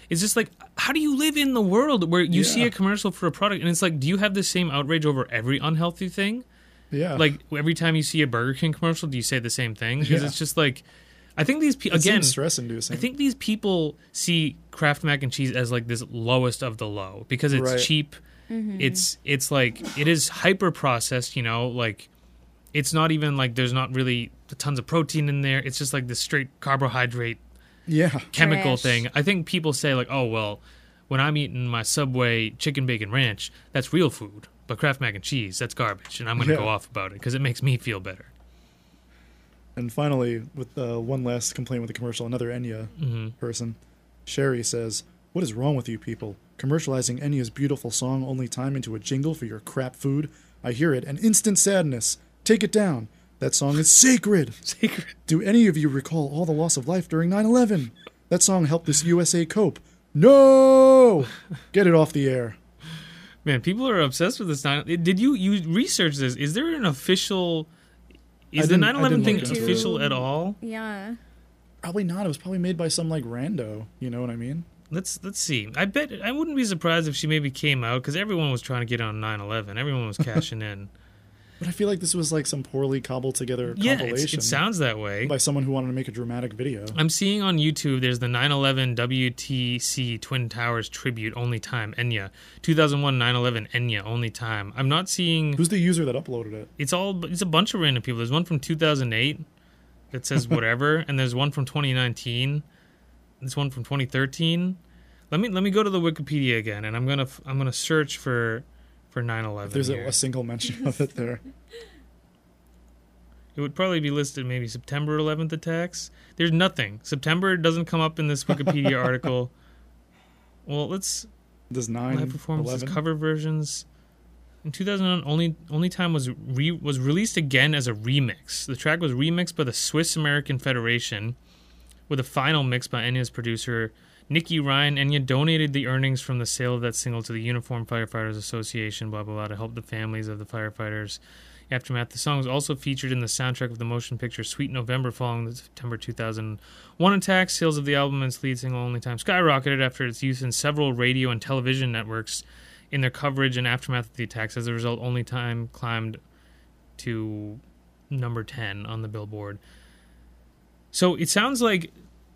it's just like, how do you live in the world where you see
Yeah.
a commercial for a product and it's like, do you have the same outrage over every unhealthy thing?
yeah,
Like every time you see a Burger King commercial, do you say the same thing? Because
Yeah.
it's just like, I think these people
It seems
again.
stress-inducing.
I think these people see Kraft mac and cheese as like this lowest of the low because it's
Right.
cheap. It's it's like it is hyper processed, you know, like it's not even like there's not really tons of protein in there. It's just like this straight carbohydrate
yeah,
chemical
Trash.
thing. I think people say like, "Oh, well, when I'm eating my Subway chicken bacon ranch, that's real food, but Kraft mac and cheese, that's garbage." And I'm going to
Yeah.
go off about it cuz it makes me feel better.
And finally, with uh, one last complaint with the commercial, another Enya
Mm-hmm.
person, Sherry says, "What is wrong with you people? Commercializing Enya's beautiful song only time into a jingle for your crap food. I hear it, and instant sadness. Take it down. That song is sacred.
Sacred
Do any of you recall all the loss of life during 9/11? That song helped this USA cope. No, get it off the air.
Man, people are obsessed with this. Nine, eh, did you you research this? Is there an official? Is the
didn't- I
9/11
didn't
thing
look
into it.
official at all?
Yeah.
Probably not. It was probably made by some like rando. You know what I mean?
Let's let's see. I bet I wouldn't be surprised if she maybe came out because everyone was trying to get on 9/11. Everyone was cashing in.
But I feel like this was like some poorly cobbled together
yeah, it's,
compilation
it sounds that way.
by someone who wanted to make a dramatic video.
I'm seeing on YouTube there's the 9/11 WTC Twin Towers tribute only time Enya 2001 9/11 Enya only time. I'm not seeing
Who's the user that uploaded it?
it's all it's a bunch of random people. There's one from 2008 that says whatever, and there's one from 2019. There's one from 2013. Let me let me go to the Wikipedia again, and I'm gonna f- I'm gonna search for for 9/11.
There's a,
here.
a single mention of it there.
It would probably be listed maybe September 11th attacks. There's nothing. September doesn't come up in this Wikipedia article. Well, let's
There's nine,
live performances,
11.
cover versions. In 2009, only only time was re, was released again as a remix. The track was remixed by the Swiss American Federation, with a final mix by Enya's producer Nikki Ryan. Enya donated the earnings from the sale of that single to the Uniformed Firefighters Association, blah blah blah, to help the families of the firefighters. Aftermath. The song was also featured in the soundtrack of the motion picture Sweet November following the September 2001 attack. Sales of the album and its lead single Only Time skyrocketed after its use in several radio and television networks in their coverage and aftermath of the attacks. As a result, Only Time climbed to number 10 on the Billboard. So it sounds like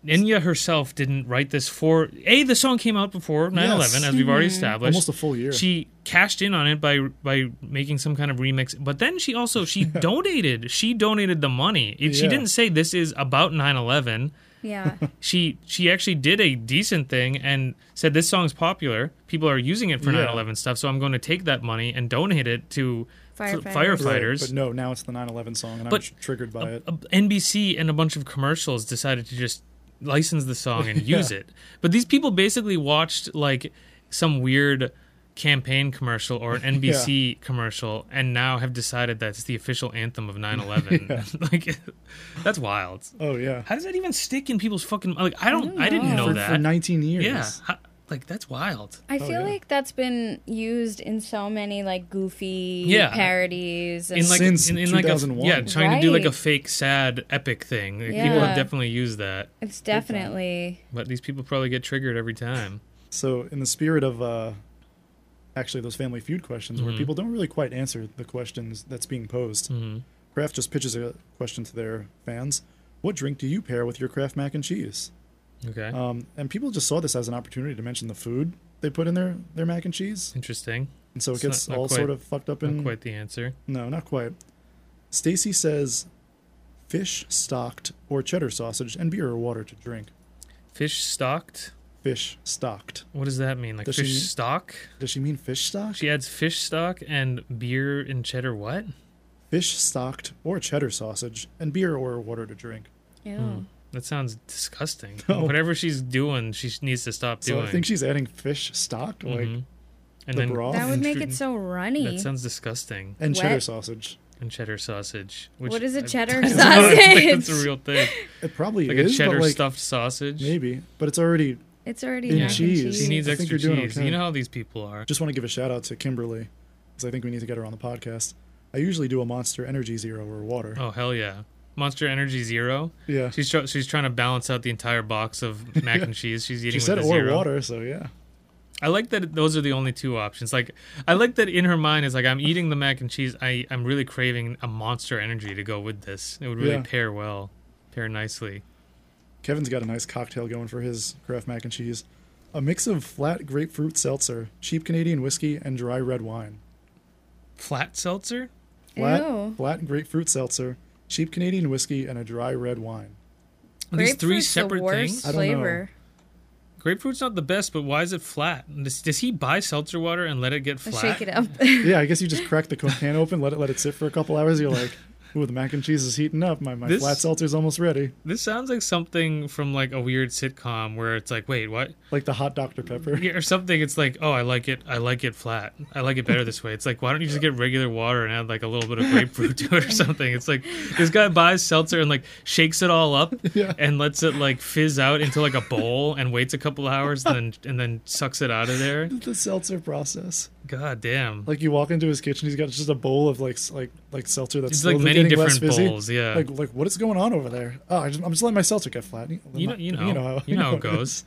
Enya herself didn't write this for a. The song came out before 9/11,
Yes. Mm-hmm.
as we've already established.
Almost a full year.
She cashed in on it by by making some kind of remix, but then she also she donated. She donated the money. It- She
Yeah.
didn't say this is about 9/11.
Yeah.
Oh,
She she actually did a decent thing and said this song's popular. People are using it for
Yeah.
9/11 stuff, so I'm going to take that money and donate it to f-
Firefighters.
Right,
firefighters.
But no, now it's the 9/11 song, and
But-
I'm tr- triggered by it.
a- NBC and a bunch of commercials decided to just license the song and use
Yeah.
it. But these people basically watched like some weird campaign commercial or an NBC commercial and now have decided that's the official anthem of 9/11. like that's wild.
Oh yeah,
How does that even stick in people's fucking like I don't I,
don't
didn't know
know.
for,
that.
for 19 years.
yeah. How- like that's wild.
I feel
yeah.
like that's been used in so many like goofy
Yeah.
parodies and
In like
Since
in, in like a,
2001.
yeah, trying to do like a
Right.
fake sad epic thing. Like, People
Yeah.
have definitely used that,
it's definitely
but these people probably get triggered every time.
So in the spirit of uh, actually those Family Feud questions,
Mm-hmm.
where people don't really quite answer the questions that's being posed, Kraft just pitches a question to their fans: What drink do you pair with your Kraft mac and cheese?
Okay.
Um, and people just saw this as an opportunity to mention the food they put in their their mac and cheese,
Interesting.
and so it
It's not-
gets
not
all
quite-
sort of fucked up
Not
in
quite the answer.
No, not quite. Stacy says fish stocked or cheddar sausage and beer or water to drink.
Fish stocked.
Fish stocked.
What does that mean? Like
Does
fish
she-
stock?
Does she mean fish stock?
She adds fish stock and beer and cheddar. What?
Fish stocked or cheddar sausage and beer or water to drink.
ew.
That sounds disgusting.
No.
Whatever she's doing, she sh- needs to stop
So
doing.
I think she's adding fish stocked, like
Mhm. and
the broth?
that would
and
make
tr-
it so runny.
That sounds disgusting.
and
Wet.
cheddar sausage.
And cheddar sausage. Which
What is a
I-
cheddar
I don't think
sausage?
That's a real thing.
It probably
Like
is,
a cheddar
but like
stuffed sausage.
maybe, but it's already.
It's already
In
mac and
cheese.
She needs
I
extra
think you're doing
cheese.
okay.
You know how these people are.
Just want to give a shout out to Kimberly, because I think we need to get her on the podcast. I usually do a Monster Energy Zero or water.
Oh hell yeah! Monster Energy Zero.
yeah,
She's tr- she's trying to balance out the entire box of mac and cheese. She's eating.
she
with
said
the
or
zero.
water, so yeah.
I like that those are the only two options. Like I like that in her mind is like I'm eating the mac and cheese. I I'm really craving a monster energy to go with this. It would really
Yeah.
pair well, pair nicely.
Kevin's got a nice cocktail going for his Kraft mac and cheese. A mix of flat grapefruit seltzer, cheap Canadian whiskey, and dry red wine.
Flat seltzer.
Flat,
Ew.
flat grapefruit seltzer, cheap Canadian whiskey, and a dry red wine.
Are these three
Grapefruit's
separate
the worst
things.
I don't know.
flavor.
Grapefruit's not the best, but why is it flat? And Does, does he buy seltzer water and let it get
I'll
flat?
Shake it up.
Yeah, I guess you just crack the Coke can open, let it let it sit for a couple hours. You're like, ooh, the mac and cheese is heating up. My, my
This-
flat seltzer's almost ready.
This sounds like something from like a weird sitcom where it's like, wait, what?
Like the hot Dr. Pepper.
Yeah, or something. It's like, oh, I like it. I like it flat. I like it better this way. It's like, why don't you just get regular water and add like a little bit of grapefruit to it or something? It's like this guy buys seltzer and like shakes it all up
Yeah.
and lets it like fizz out into like a bowl and waits a couple hours and then and then sucks it out of there.
The seltzer process.
God damn.
Like you walk into his kitchen, he's got just a bowl of like s- like like seltzer that's
It's
slowly
like many
getting less
different
fizzy.
bowls. Yeah.
Like like what is going on over there? Oh, I just, I'm just letting my seltzer get flat.
you know, you know,
how,
you know how it goes.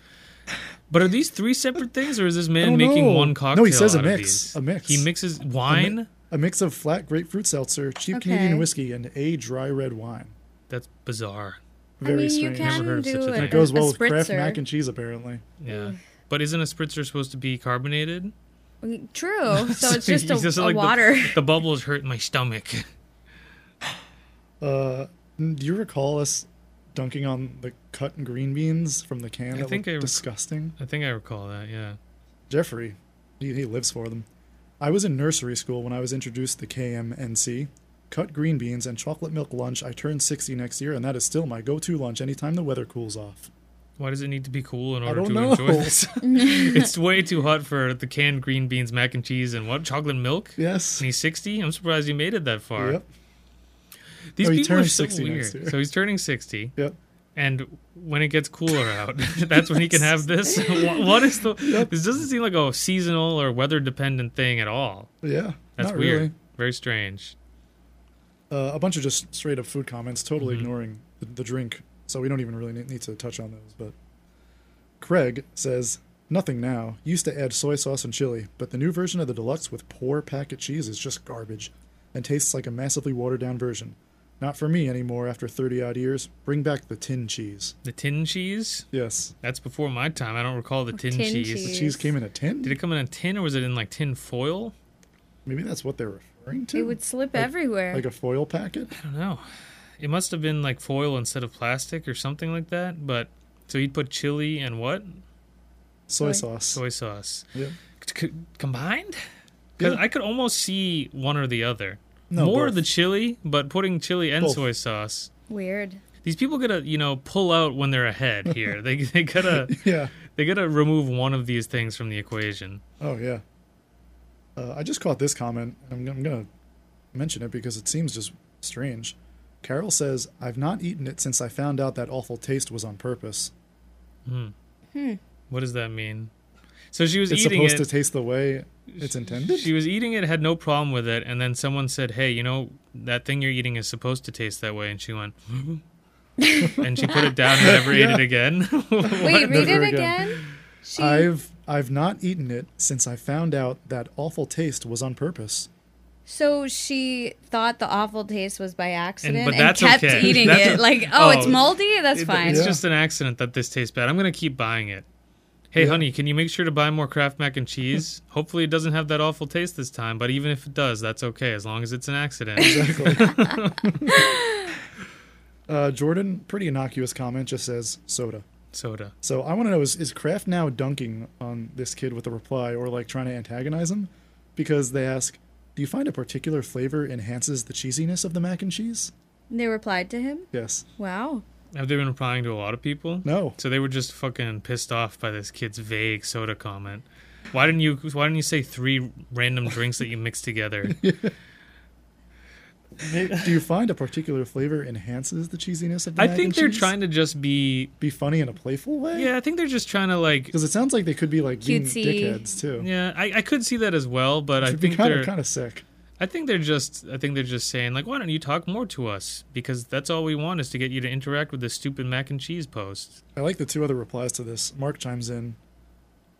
But are these three separate things, or is this
don't
man making
know.
one
No,
cocktail?
he says a
out of
mix,
these?
a mix.
He mixes wine.
A mix of flat grapefruit seltzer, cheap
Okay.
Canadian whiskey, and a dry red wine.
That's bizarre.
I
Very
mean, you
strange.
Never heard
can
of such
do
a
a,
thing.
It goes well
a
with Kraft mac
spritzer.
and cheese, apparently.
Yeah. But isn't a spritzer supposed to be carbonated?
True. So it's just a,
He's
a
like, the-
water.
The, bubbles hurt my stomach.
Uh, n- do you recall us dunking on the cut green beans from the can?
I
that
think
looked
I rec-
disgusting.
I think I recall that. Yeah.
Jeffrey, he, he lives for them. I was in nursery school when I was introduced to KMNC. Cut green beans and chocolate milk lunch. I turn 60 next year, and that is still my go to lunch anytime the weather cools off.
Why does it need to be cool in order
don't
to
know.
enjoy this? it's way too hot for the canned green beans, mac and cheese, and what chocolate milk.
Yes.
And he's sixty. I'm surprised he made it that far.
Yep.
These
Oh, he
people are
turns
so
60
weird.
next year.
So he's turning sixty.
Yep.
and when it gets cooler out, that's when he can have this. What- what is the? This doesn't seem like a seasonal or weather dependent thing at all.
Yeah.
That's
not
weird.
really.
Very strange.
uh, a bunch of just straight up food comments, totally
Mm-hmm.
ignoring the, the drink. So we don't even really need, need to touch on those. But Craig says nothing now. Used to add soy sauce and chili, but the new version of the deluxe with poor packet cheese is just garbage, and tastes like a massively watered down version. Not for me anymore after 30 odd years. Bring back the tin cheese.
The tin cheese?
Yes.
That's before my time. I don't recall the tin,
Oh, tin
cheese.
The
cheese.
cheese came in a tin?
Did it come in a tin or was it in like tin foil?
Maybe that's what they're referring to?
It would slip
Like-
everywhere.
Like a foil packet?
I don't know. It must have been like foil instead of plastic or something like that. But so he'd put chili and what?
Soy
Soy.
sauce.
Soy sauce.
Yeah.
C- c- combined? 'Cause
Yeah.
I could almost see one or the other.
No,
More
both.
the chili, but putting chili and
Both.
soy sauce.
Weird.
These people gotta, you know, pull out when they're ahead here. they they gotta
Yeah.
they gotta remove one of these things from the equation.
Oh, yeah. Uh, I just caught this comment. I'm, I'm going to mention it because it seems just strange. Carol says, I've not eaten it since I found out that awful taste was on purpose.
What does that mean? So she was
It's
eating
supposed
it.
to taste the way it's intended?
She was eating it, had no problem with it, and then someone said, "Hey, you know that thing you're eating is supposed to taste that way," and she went, and she put it down and never ate it again.
Wait, read
Never
it
again.
again. She,
I've I've not eaten it since I found out that awful taste was on purpose.
so she thought the awful taste was by accident and,
but that's
kept
okay.
eating
That's
it.
o-
Like, oh, it's
oh,
moldy. That's
It-
fine.
It's
Yeah.
just an accident that this tastes bad. I'm gonna keep buying it. Hey,
Yeah.
honey, can you make sure to buy more Kraft mac and cheese? Hopefully, it doesn't have that awful taste this time. But even if it does, that's okay as long as it's an accident.
Uh, Jordan, pretty innocuous comment, just says soda.
Soda.
So I want to know is is Kraft now dunking on this kid with a reply or like trying to antagonize him? Because they ask, do you find a particular flavor enhances the cheesiness of the mac and cheese?
They replied to him.
Yes.
Wow.
Have they been replying to a lot of people?
No.
So they were just fucking pissed off by this kid's vague soda comment. Why didn't you? Why didn't you say three random drinks that you mixed together?
do you find a particular flavor enhances the cheesiness of the
I
mac
think
and
they're
cheese?
trying to just be.
be funny in a playful way?
Yeah, I think they're just trying to like.
Because it sounds like they could be like being
Cutesy.
dickheads too.
Yeah, I, I could see that as well, but I
It'd be
think
kind
they're.
of kind of sick.
I think they're just. I think they're just saying like, why don't you talk more to us? Because that's all we want is to get you to interact with this stupid mac and cheese post.
I like the two other replies to this. Mark chimes in,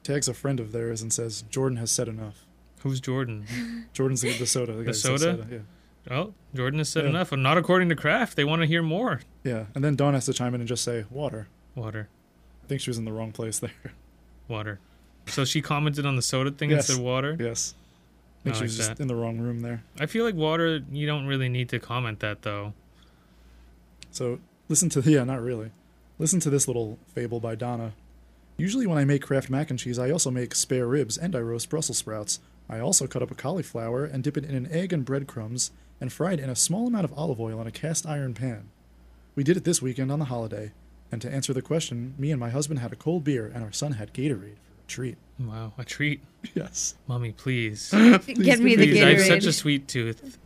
tags a friend of theirs, and says, Jordan has said enough.
Who's Jordan?
Jordan's the, the soda. The, guy who said
soda?
Yeah.
Well, Jordan has said
Yeah.
enough, and not according to Kraft. They want to hear more
Yeah. And then Dawn has to chime in and just say, water.
water,
I think she was in the wrong place there.
water. So she commented on the soda thing
Yes.
and said water.
yes. I think
I
she
like
was just
that.
in the wrong room there.
I feel like water. You don't really need to comment that though.
So listen to yeah, not really. Listen to this little fable by Donna. Usually when I make Kraft mac and cheese, I also make spare ribs and I roast Brussels sprouts. I also cut up a cauliflower and dip it in an egg and breadcrumbs and fry it in a small amount of olive oil in a cast iron pan. We did it this weekend on the holiday, and to answer the question, me and my husband had a cold beer and our son had Gatorade for a treat.
Wow, a treat,
Yes.
mommy, please.
Get me the
Please, I have
Gatorade
such a sweet tooth.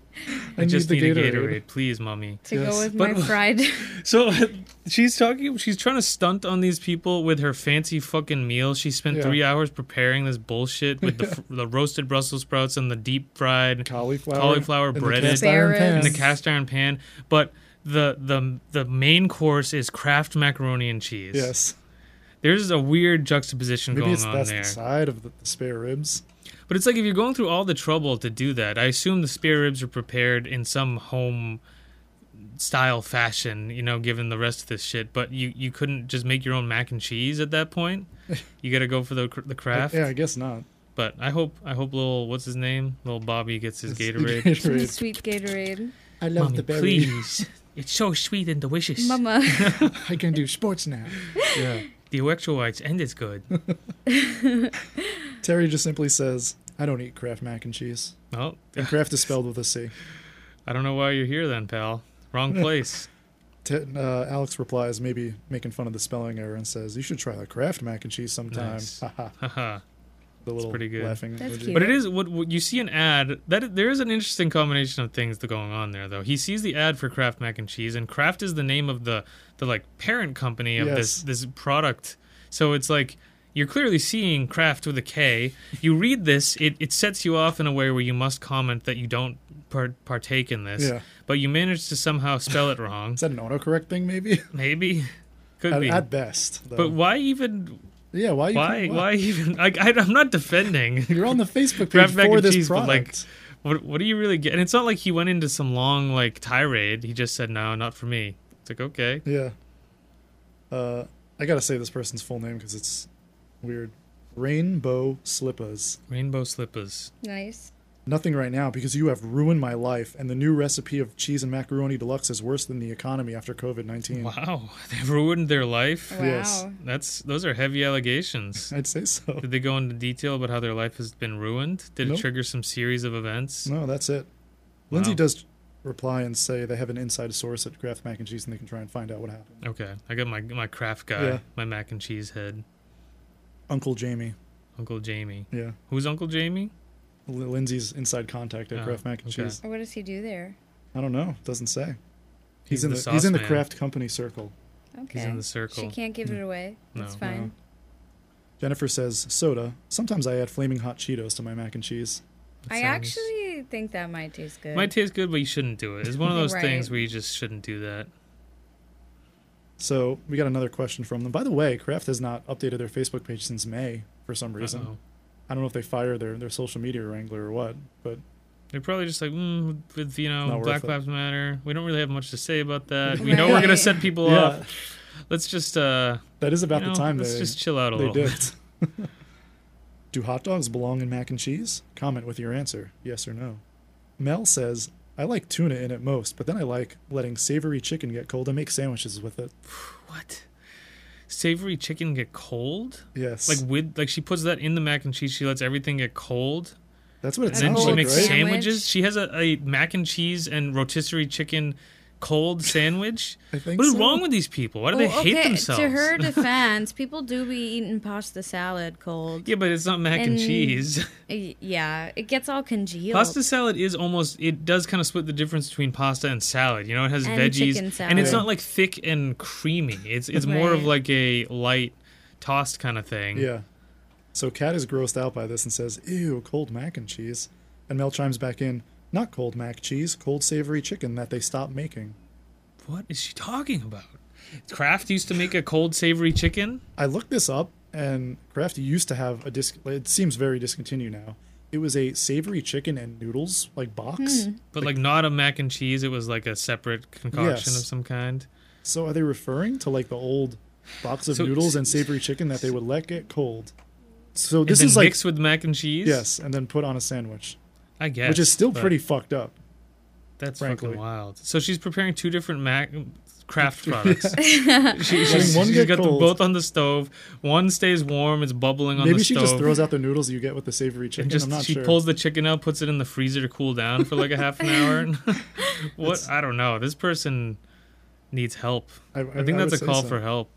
I,
need
just
the
need, a
Gatorade.
Gatorade, please, mommy.
to
Yes.
go with
But-
my fried.
So she's talking. She's trying to stunt on these people with her fancy fucking meal. She spent
Yeah.
three hours preparing this bullshit with the, fr- the roasted Brussels sprouts and the deep fried
Cauliflower.
Cauliflower
in the
breaded.
cast iron
Spare
pan.
in the
Yes.
cast iron pan. But the the the main course is Kraft macaroni and cheese.
Yes.
there's a weird juxtaposition
Maybe
going
it's
on
that's
there.
the side of the, the spare ribs.
But it's like if you're going through all the trouble to do that, I assume the spare ribs are prepared in some home style fashion, you know, given the rest of this shit. But you, you couldn't just make your own mac and cheese at that point. You got to go for the cr- the craft.
Yeah, I guess not.
But I hope I hope little what's his name, little Bobby gets his Gatorade.
Gatorade.
Sweet Gatorade.
I love
Mommy,
the berry.
please, it's so sweet and delicious.
Mama.
I can do sports now.
Yeah, the electrolytes and it's good.
Terry just simply says, I don't eat Kraft mac and cheese.
Well,
And Kraft is spelled with a C.
I don't know why you're here then, pal. Wrong place.
Te- uh, Alex replies, maybe making fun of the spelling error, and says, You should try the Kraft mac and cheese sometime.
Nice.
Haha.
Haha.
the little
pretty good.
laughing.
That's
emoji.
cute.
But it is what, what you see an ad that there is an interesting combination of things that going on there though. He sees the ad for Kraft mac and cheese, and Kraft is the name of the the like parent company of
Yes.
this this product. So it's like you're clearly seeing Kraft with a K. You read this, it, it sets you off in a way where you must comment that you don't par- partake in this,
Yeah.
but you manage to somehow spell it wrong.
Is that an autocorrect thing, maybe?
Maybe, could
at,
be.
at best. Though.
but why even?
yeah, why? you-
Why? Why even? Like, I, I'm not defending
You're on the Facebook page
Kraft mac
for
and
this
cheese, but, like,
product.
what what do you really get? And it's not like he went into some long like tirade. He just said, "No, not for me." It's like okay,
Yeah. Uh, I gotta say this person's full name because it's weird. Rainbow Slippas.
rainbow slippers.
Nice.
Nothing right now because you have ruined my life, and the new recipe of cheese and macaroni deluxe is worse than the economy after COVID 19.
Wow, they ruined their life.
Wow.
Yes.
That's those are heavy allegations.
I'd say so.
Did they go into detail about how their life has been ruined? Did
Nope.
it trigger some series of events?
No, that's it. Lindsay
Wow.
does reply and say they have an inside source at Kraft Mac and Cheese and they can try and find out what happened.
Okay, I got my my craft guy,
Yeah.
my mac and cheese head,
Uncle Jamie.
Uncle Jamie.
Yeah.
Who's Uncle Jamie?
L- Lindsay's inside contact at
Oh,
Kraft Mac and
okay.
Cheese.
What does he do there?
I don't know. Doesn't say. He's,
He's
in
the
the, he's in
sauce
the
man.
Kraft company circle.
Okay.
He's in the circle. Mm.
She can't give it away.
No.
That's fine.
Jennifer says, soda. Sometimes I add flaming hot Cheetos to my mac and cheese.
That
I
sounds-
actually think that might taste good.
might taste good, but you shouldn't do it. It's one of those
Right.
things where you just shouldn't do that.
So we got another question from them. By the way, Kraft has not updated their Facebook page since May for some reason.
Uh-oh.
I don't know if they fire their, their social media wrangler or what, but
They're probably just like, mm, with you know,
Not worth
Black
it.
Lives Matter. We don't really have much to say about that. We know we're gonna
Right.
set people
yeah,
up. Let's just uh,
that is about
you know,
the time
let's
they,
just chill out a
they
little.
did. Do hot dogs belong in mac and cheese? Comment with your answer, yes or no. Mel says, I like tuna in it most, but then I like letting savory chicken get cold and make sandwiches with it.
What? Savory chicken get cold?
Yes.
Like with like she puts that in the mac and cheese. She lets everything get cold,
that's what it
and
A
then
sounds
she
cold
like,
makes
right?
sandwich.
sandwiches. She has a, a mac and cheese and rotisserie chicken cold sandwich.
I think
what is
so.
wrong with these people? Why do they
Well,
hate
Oh, okay,
themselves?
To her defense, people do be eating pasta salad cold.
yeah, but it's not mac and,
And-
cheese.
Y- Yeah, it gets all congealed.
Pasta salad is almost it does kind of split the difference between pasta and salad. You know, it has
And
veggies
chicken
and it's
salad.
not like thick and creamy. It's it's more of
Right.
like a light tossed kind of thing.
Yeah. So Kat is grossed out by this and says, Ew, cold mac and cheese. And Mel chimes back in, Not cold mac cheese, cold savory chicken that they stopped making.
What is she talking about? Kraft used to make a cold savory chicken.
I looked this up, and Kraft used to have a disc. It seems very discontinued now. It was a savory chicken and noodles like box.
But like not a mac and cheese, it was like a separate concoction
Yes.
of some kind.
So are they referring to like the old box of
So-
noodles and savory chicken that they would let get cold? So this
and
is
then
like
mixed with mac and cheese.
yes, and then put on a sandwich,
I guess,
which is still
but
pretty fucked up.
That's
frankly.
fucking wild. So she's preparing two different mac Kraft products. she, she's,
one
she's
get
got them
cold.
both on the stove. One stays warm; it's bubbling on
Maybe
the
she
stove.
just throws out the noodles you get with the savory chicken.
and just
I'm not
she
sure.
pulls the chicken out, puts it in the freezer to cool down for like a half an hour. what I don't know. This person needs help.
I,
I think
would
that's
say
a call
so.
for help.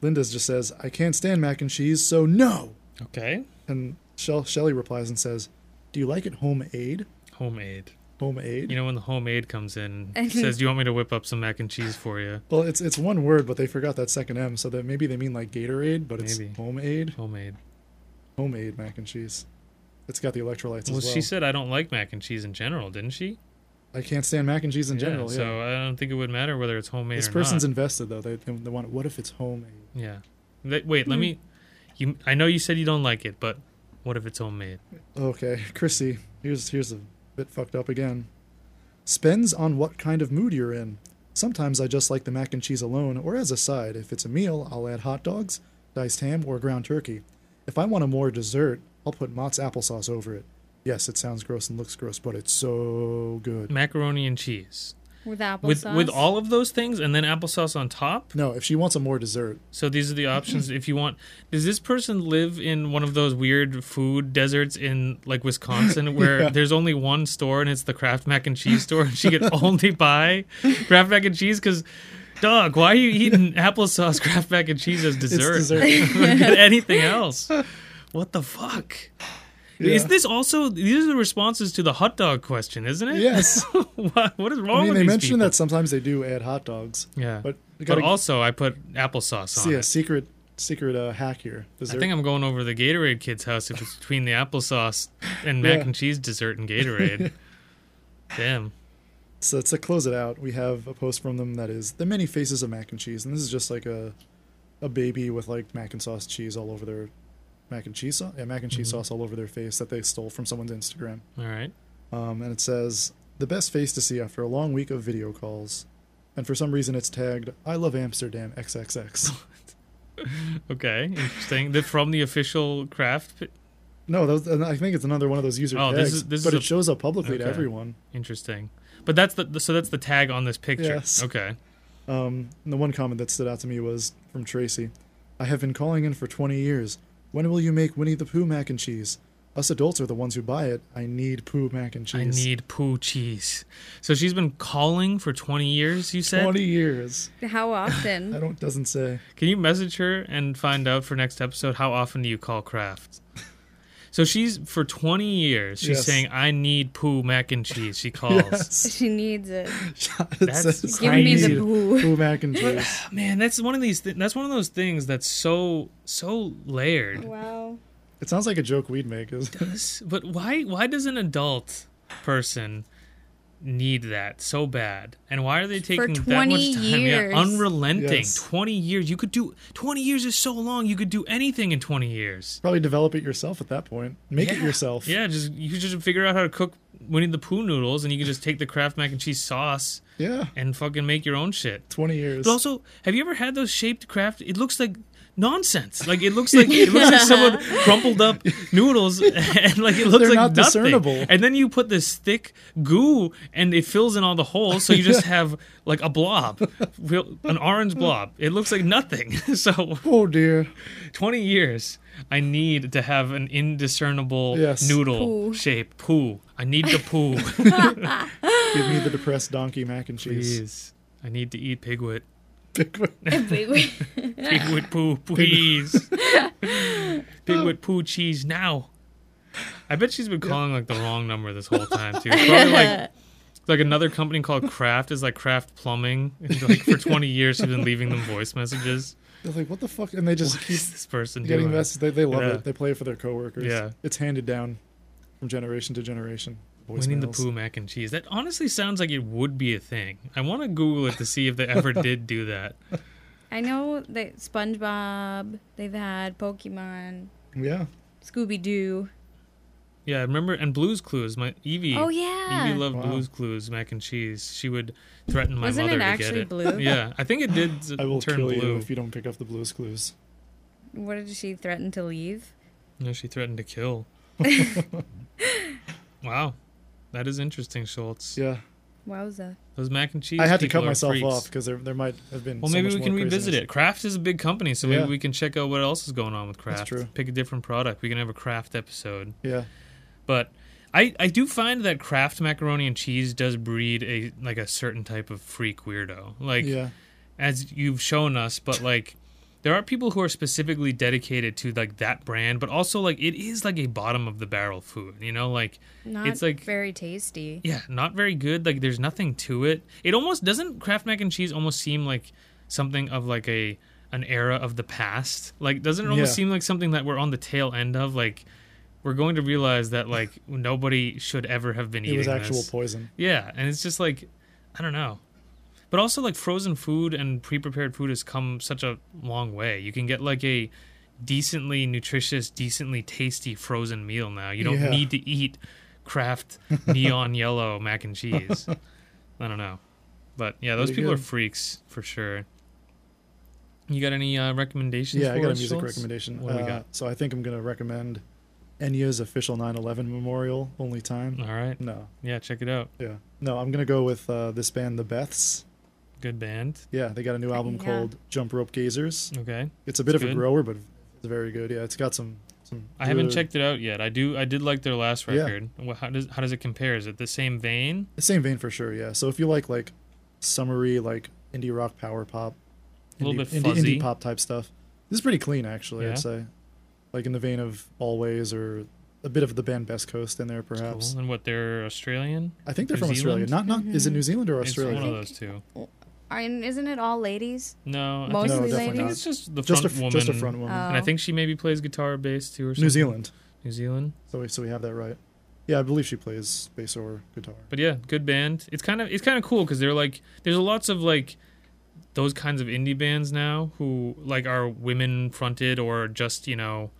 Linda's just says, "I can't stand mac and cheese, so no."
Okay.
And Shell Shelly replies and says, "Do you like it homemade?
Homemade.
Homemade?
You know when the homemade comes in, and says, "Do you want me to whip up some mac and cheese for you?"
Well, it's it's one word, but they forgot that second M, so that maybe they mean like Gatorade, but it's
Maybe.
home aid,
Homemade.
homemade mac and cheese. It's got the electrolytes
Well,
as well.
she said, "I don't like mac and cheese in general," didn't she?
I can't stand mac and cheese in general. Yeah.
So I don't think it would matter whether it's homemade
this
or
person's
not.
invested though. They, they they want. What if it's homemade?
yeah. Th- wait, let me. You. I know you said you don't like it, but what if it's homemade?
Okay, Chrissy. Here's here's a bit fucked up again. Spends on what kind of mood you're in. Sometimes I just like the mac and cheese alone, or as a side. If it's a meal, I'll add hot dogs, diced ham, or ground turkey. If I want a more dessert, I'll put Mott's applesauce over it. Yes, it sounds gross and looks gross, but it's so good.
Macaroni and cheese.
with applesauce.
With with all of those things, and then applesauce on top.
No, if she wants a more dessert,
So these are the options if you want. Does this person live in one of those weird food deserts in like Wisconsin where there's only one store and it's the Kraft mac and cheese store and she can only buy Kraft mac and cheese? Because, dog, why are you eating applesauce Kraft mac and cheese as dessert?
it's dessert.
Don't get anything else? What the fuck? Is
Yeah.
this also these are the responses to the hot dog question, isn't it?
yes.
what, what is wrong
I mean,
with
they
these
mentioned
people?
that sometimes they do add hot dogs.
Yeah,
But
but,
you gotta
also I put applesauce on
see
it.
a secret secret uh, hack here.
I
Dessert.
think I'm going over to the Gatorade kid's house if it's between the applesauce and mac
Yeah.
and cheese dessert and Gatorade. Damn.
So to close it out, we have a post from them that is the many faces of mac and cheese, and this is just like a a baby with like mac and sauce cheese all over their mac and cheese sauce, yeah, mac and cheese
Mm-hmm.
sauce all over their face that they stole from someone's Instagram.
All right.
Um, and it says the best face to see after a long week of video calls, and for some reason it's tagged "I love Amsterdam XXX."
Okay. Interesting. the, from the official craft. pi-
no, that was, and I think it's another one of those user
Oh, this
tags,
is- this
but
is
it
a-
shows up publicly to
okay.
everyone.
Interesting. But that's the so that's the tag on this picture.
Yes.
Okay.
Um, and the one comment that stood out to me was from Tracy. I have been calling in for 20 years. When will you make Winnie the Pooh mac and cheese? Us adults are the ones who buy it. I need Pooh mac and cheese.
I need poo cheese. So she's been calling for 20 years, you said?
20 years.
How often?
I don't. Doesn't say.
Can you message her and find out for next episode how often do you call Kraft? So she's for 20 years she's
Yes.
saying I need poo mac and cheese. She calls.
Yes.
she needs it.
it
That's
says,
Give
"I
me the
need
Pooh."
Pooh mac and cheese.
Man, that's one of these th- that's one of those things that's so so layered.
Wow.
it sounds like a joke we'd make. Is
This- But why why does an adult person need that so bad? And why are they taking that
20
much time?
years.
Yeah, unrelenting.
Yes.
20 years. You could do 20 years is so long. You could do anything in 20 years.
probably develop it yourself at that point. Make it
Yeah.
yourself.
Yeah, just you could just figure out how to cook Winnie the Pooh noodles and you could just take the Kraft mac and cheese sauce
Yeah.
and fucking make your own shit.
20 years.
But also, have you ever had those shaped craft? It looks like nonsense. Like it looks like it looks like someone crumpled up noodles, and like it looks
They're
like
not
nothing.
discernible.
And then you put this thick goo, and it fills in all the holes, so you just have like a blob, real- an orange blob. It looks like nothing. So,
oh dear.
twenty years, I need to have an indiscernible
Yes.
noodle
Poo.
shape. Poo. I need the poo.
Give me the depressed donkey mac and cheese.
Please, I need to eat pigwit.
Pigwit.
Pigwood poo, please. Pigwood poo cheese now. I bet she's been calling like the wrong number this whole time too. Probably like like another company called Kraft is like Kraft Plumbing. And, like for twenty years she's been leaving them voice messages.
They're like, what the fuck? And they just
What
keep
is this person
getting
doing?
messages. They, they love
Yeah.
it. They play it for their coworkers.
Yeah.
It's handed down from generation to generation.
Winnie the
Voicemails.
Pooh mac and cheese. That honestly sounds like it would be a thing. I want to Google it to see if they ever did do that.
I know that SpongeBob, they've had Pokemon,
Yeah.
Scooby Doo.
Yeah, I remember and Blue's Clues. My Evie.
Oh,
Evie
yeah.
loved
Wow.
Blue's Clues mac and cheese. She would threaten my
Wasn't
mother
it
to
actually
get it.
blue?
Yeah, I think it did s-
I will
turn
kill you
blue.
if you don't pick up the blues clues.
What did she threaten to leave?
No, she threatened to kill. wow, that is interesting, Schultz.
Yeah.
Wowza.
Those mac and cheese.
I had to
people
cut
are
myself
freaks.
off because there, there might have been.
Well,
so
maybe
much
we can
more
revisit
craziness.
it. Kraft is a big company, so maybe
Yeah.
we can check out what else is going on with Kraft.
true.
Pick a different product. We can have a Kraft episode.
Yeah.
But I, I do find that Kraft macaroni and cheese does breed a like a certain type of freak weirdo. Like
Yeah.
as you've shown us, but like there are people who are specifically dedicated to like that brand, but also like it is like a bottom of the barrel food, you know, like
Not
It's like-
very tasty.
yeah, not very good. Like there's nothing to it. It almost doesn't Kraft mac and cheese almost seem like something of like a an era of the past. Like doesn't it almost
Yeah.
seem like something that we're on the tail end of like we're going to realize that like nobody should ever have been
It
eating
was actual
this.
poison.
Yeah, and it's just like I don't know. But also like frozen food and pre-prepared food has come such a long way. You can get like a decently nutritious, decently tasty frozen meal now. You don't
Yeah.
need to eat Kraft neon yellow mac and cheese. I don't know. But yeah, those
Pretty
people
good.
are freaks for sure. You got any uh, recommendations?
Yeah, I
for
got a
us,
music
Schultz?
recommendation.
What do we
Uh,
got?
So I think I'm going to recommend Enya's official 9 11 memorial, Only Time.
All right.
No.
Yeah, check it out.
Yeah. No, I'm going to go with uh, this band, The Beths.
Good band.
Yeah, they got a new album
yeah.
called Jump Rope Gazers.
Okay.
It's a bit
It's
of a
good.
grower, but it's very good. Yeah, it's got some. some
I haven't
good-
checked it out yet. I do. I did like their last
Yeah.
record. Wha- How does how does it compare? Is it the same vein?
The same vein for sure. Yeah. So if you like like summery like indie rock power pop,
A little
indie,
bit
indie,
fuzzy.
indie pop type stuff, this is pretty clean actually.
Yeah.
I'd say, like in the vein of Always or a bit of the band Best Coast in there perhaps.
Cool. And what they're Australian?
I think they're
New
from Australia.
Zealand?
Not not is it New Zealand or
It's
Australia?
one of those two.
And isn't it all ladies?
No, I think-
Mostly
No,
I
definitely
think,
not.
ladies?
it's just the
just
front
a f-
woman.
just a front woman.
Oh.
And I think she maybe plays guitar, bass too, or something.
New Zealand.
New Zealand.
So we, so we have that right. Yeah, I believe she plays bass or guitar.
But yeah, good band. It's kind of it's kind of cool because they're like there's lots of like those kinds of indie bands now who like are women fronted or just you know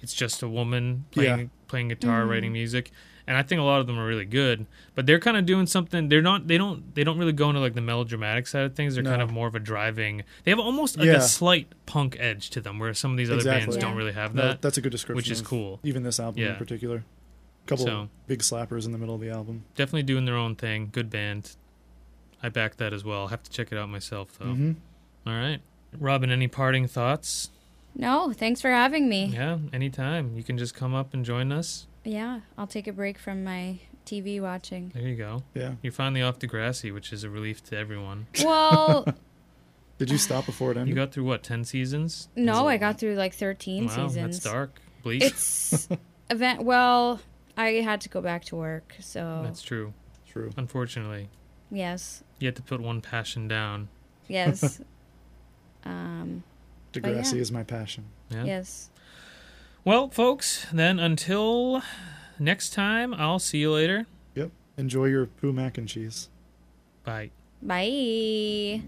it's just a woman playing
Yeah.
playing guitar, writing music, and I think a lot of them are really good. But they're kind of doing something. They're not. They don't. They don't really go into like the melodramatic side of things. They're kind
No.
of more of a driving. They have almost like
Yeah.
a slight punk edge to them, where some of these other bands
Exactly.
don't
Yeah.
really have
No,
that.
that's a good description.
which is
of
cool.
Even this album
Yeah.
in particular. Couple
So.
big slappers in the middle of the album.
Definitely doing their own thing. Good band. I back that as well. I have to check it out myself though.
hmm
All right, Robin. Any parting thoughts?
No, thanks for having me.
Yeah, anytime. You can just come up and join us.
Yeah, I'll take a break from my TV watching.
There you go.
Yeah.
You're finally off Degrassi, which is a relief to everyone.
Well,
Did you stop before it
You
ended?
got through what, ten seasons?
no, I got through like 13
Wow,
seasons.
that's dark, bleak.
It's event. Well, I had to go back to work, so
That's true.
True.
Oh, Unfortunately,
yes,
you had to put one passion down.
yes, um,
Degrassi
yeah.
is my passion.
Yeah.
yes.
Well, folks, then until next time, I'll see you later.
Yep. Enjoy your poo mac and cheese.
Bye.
Bye.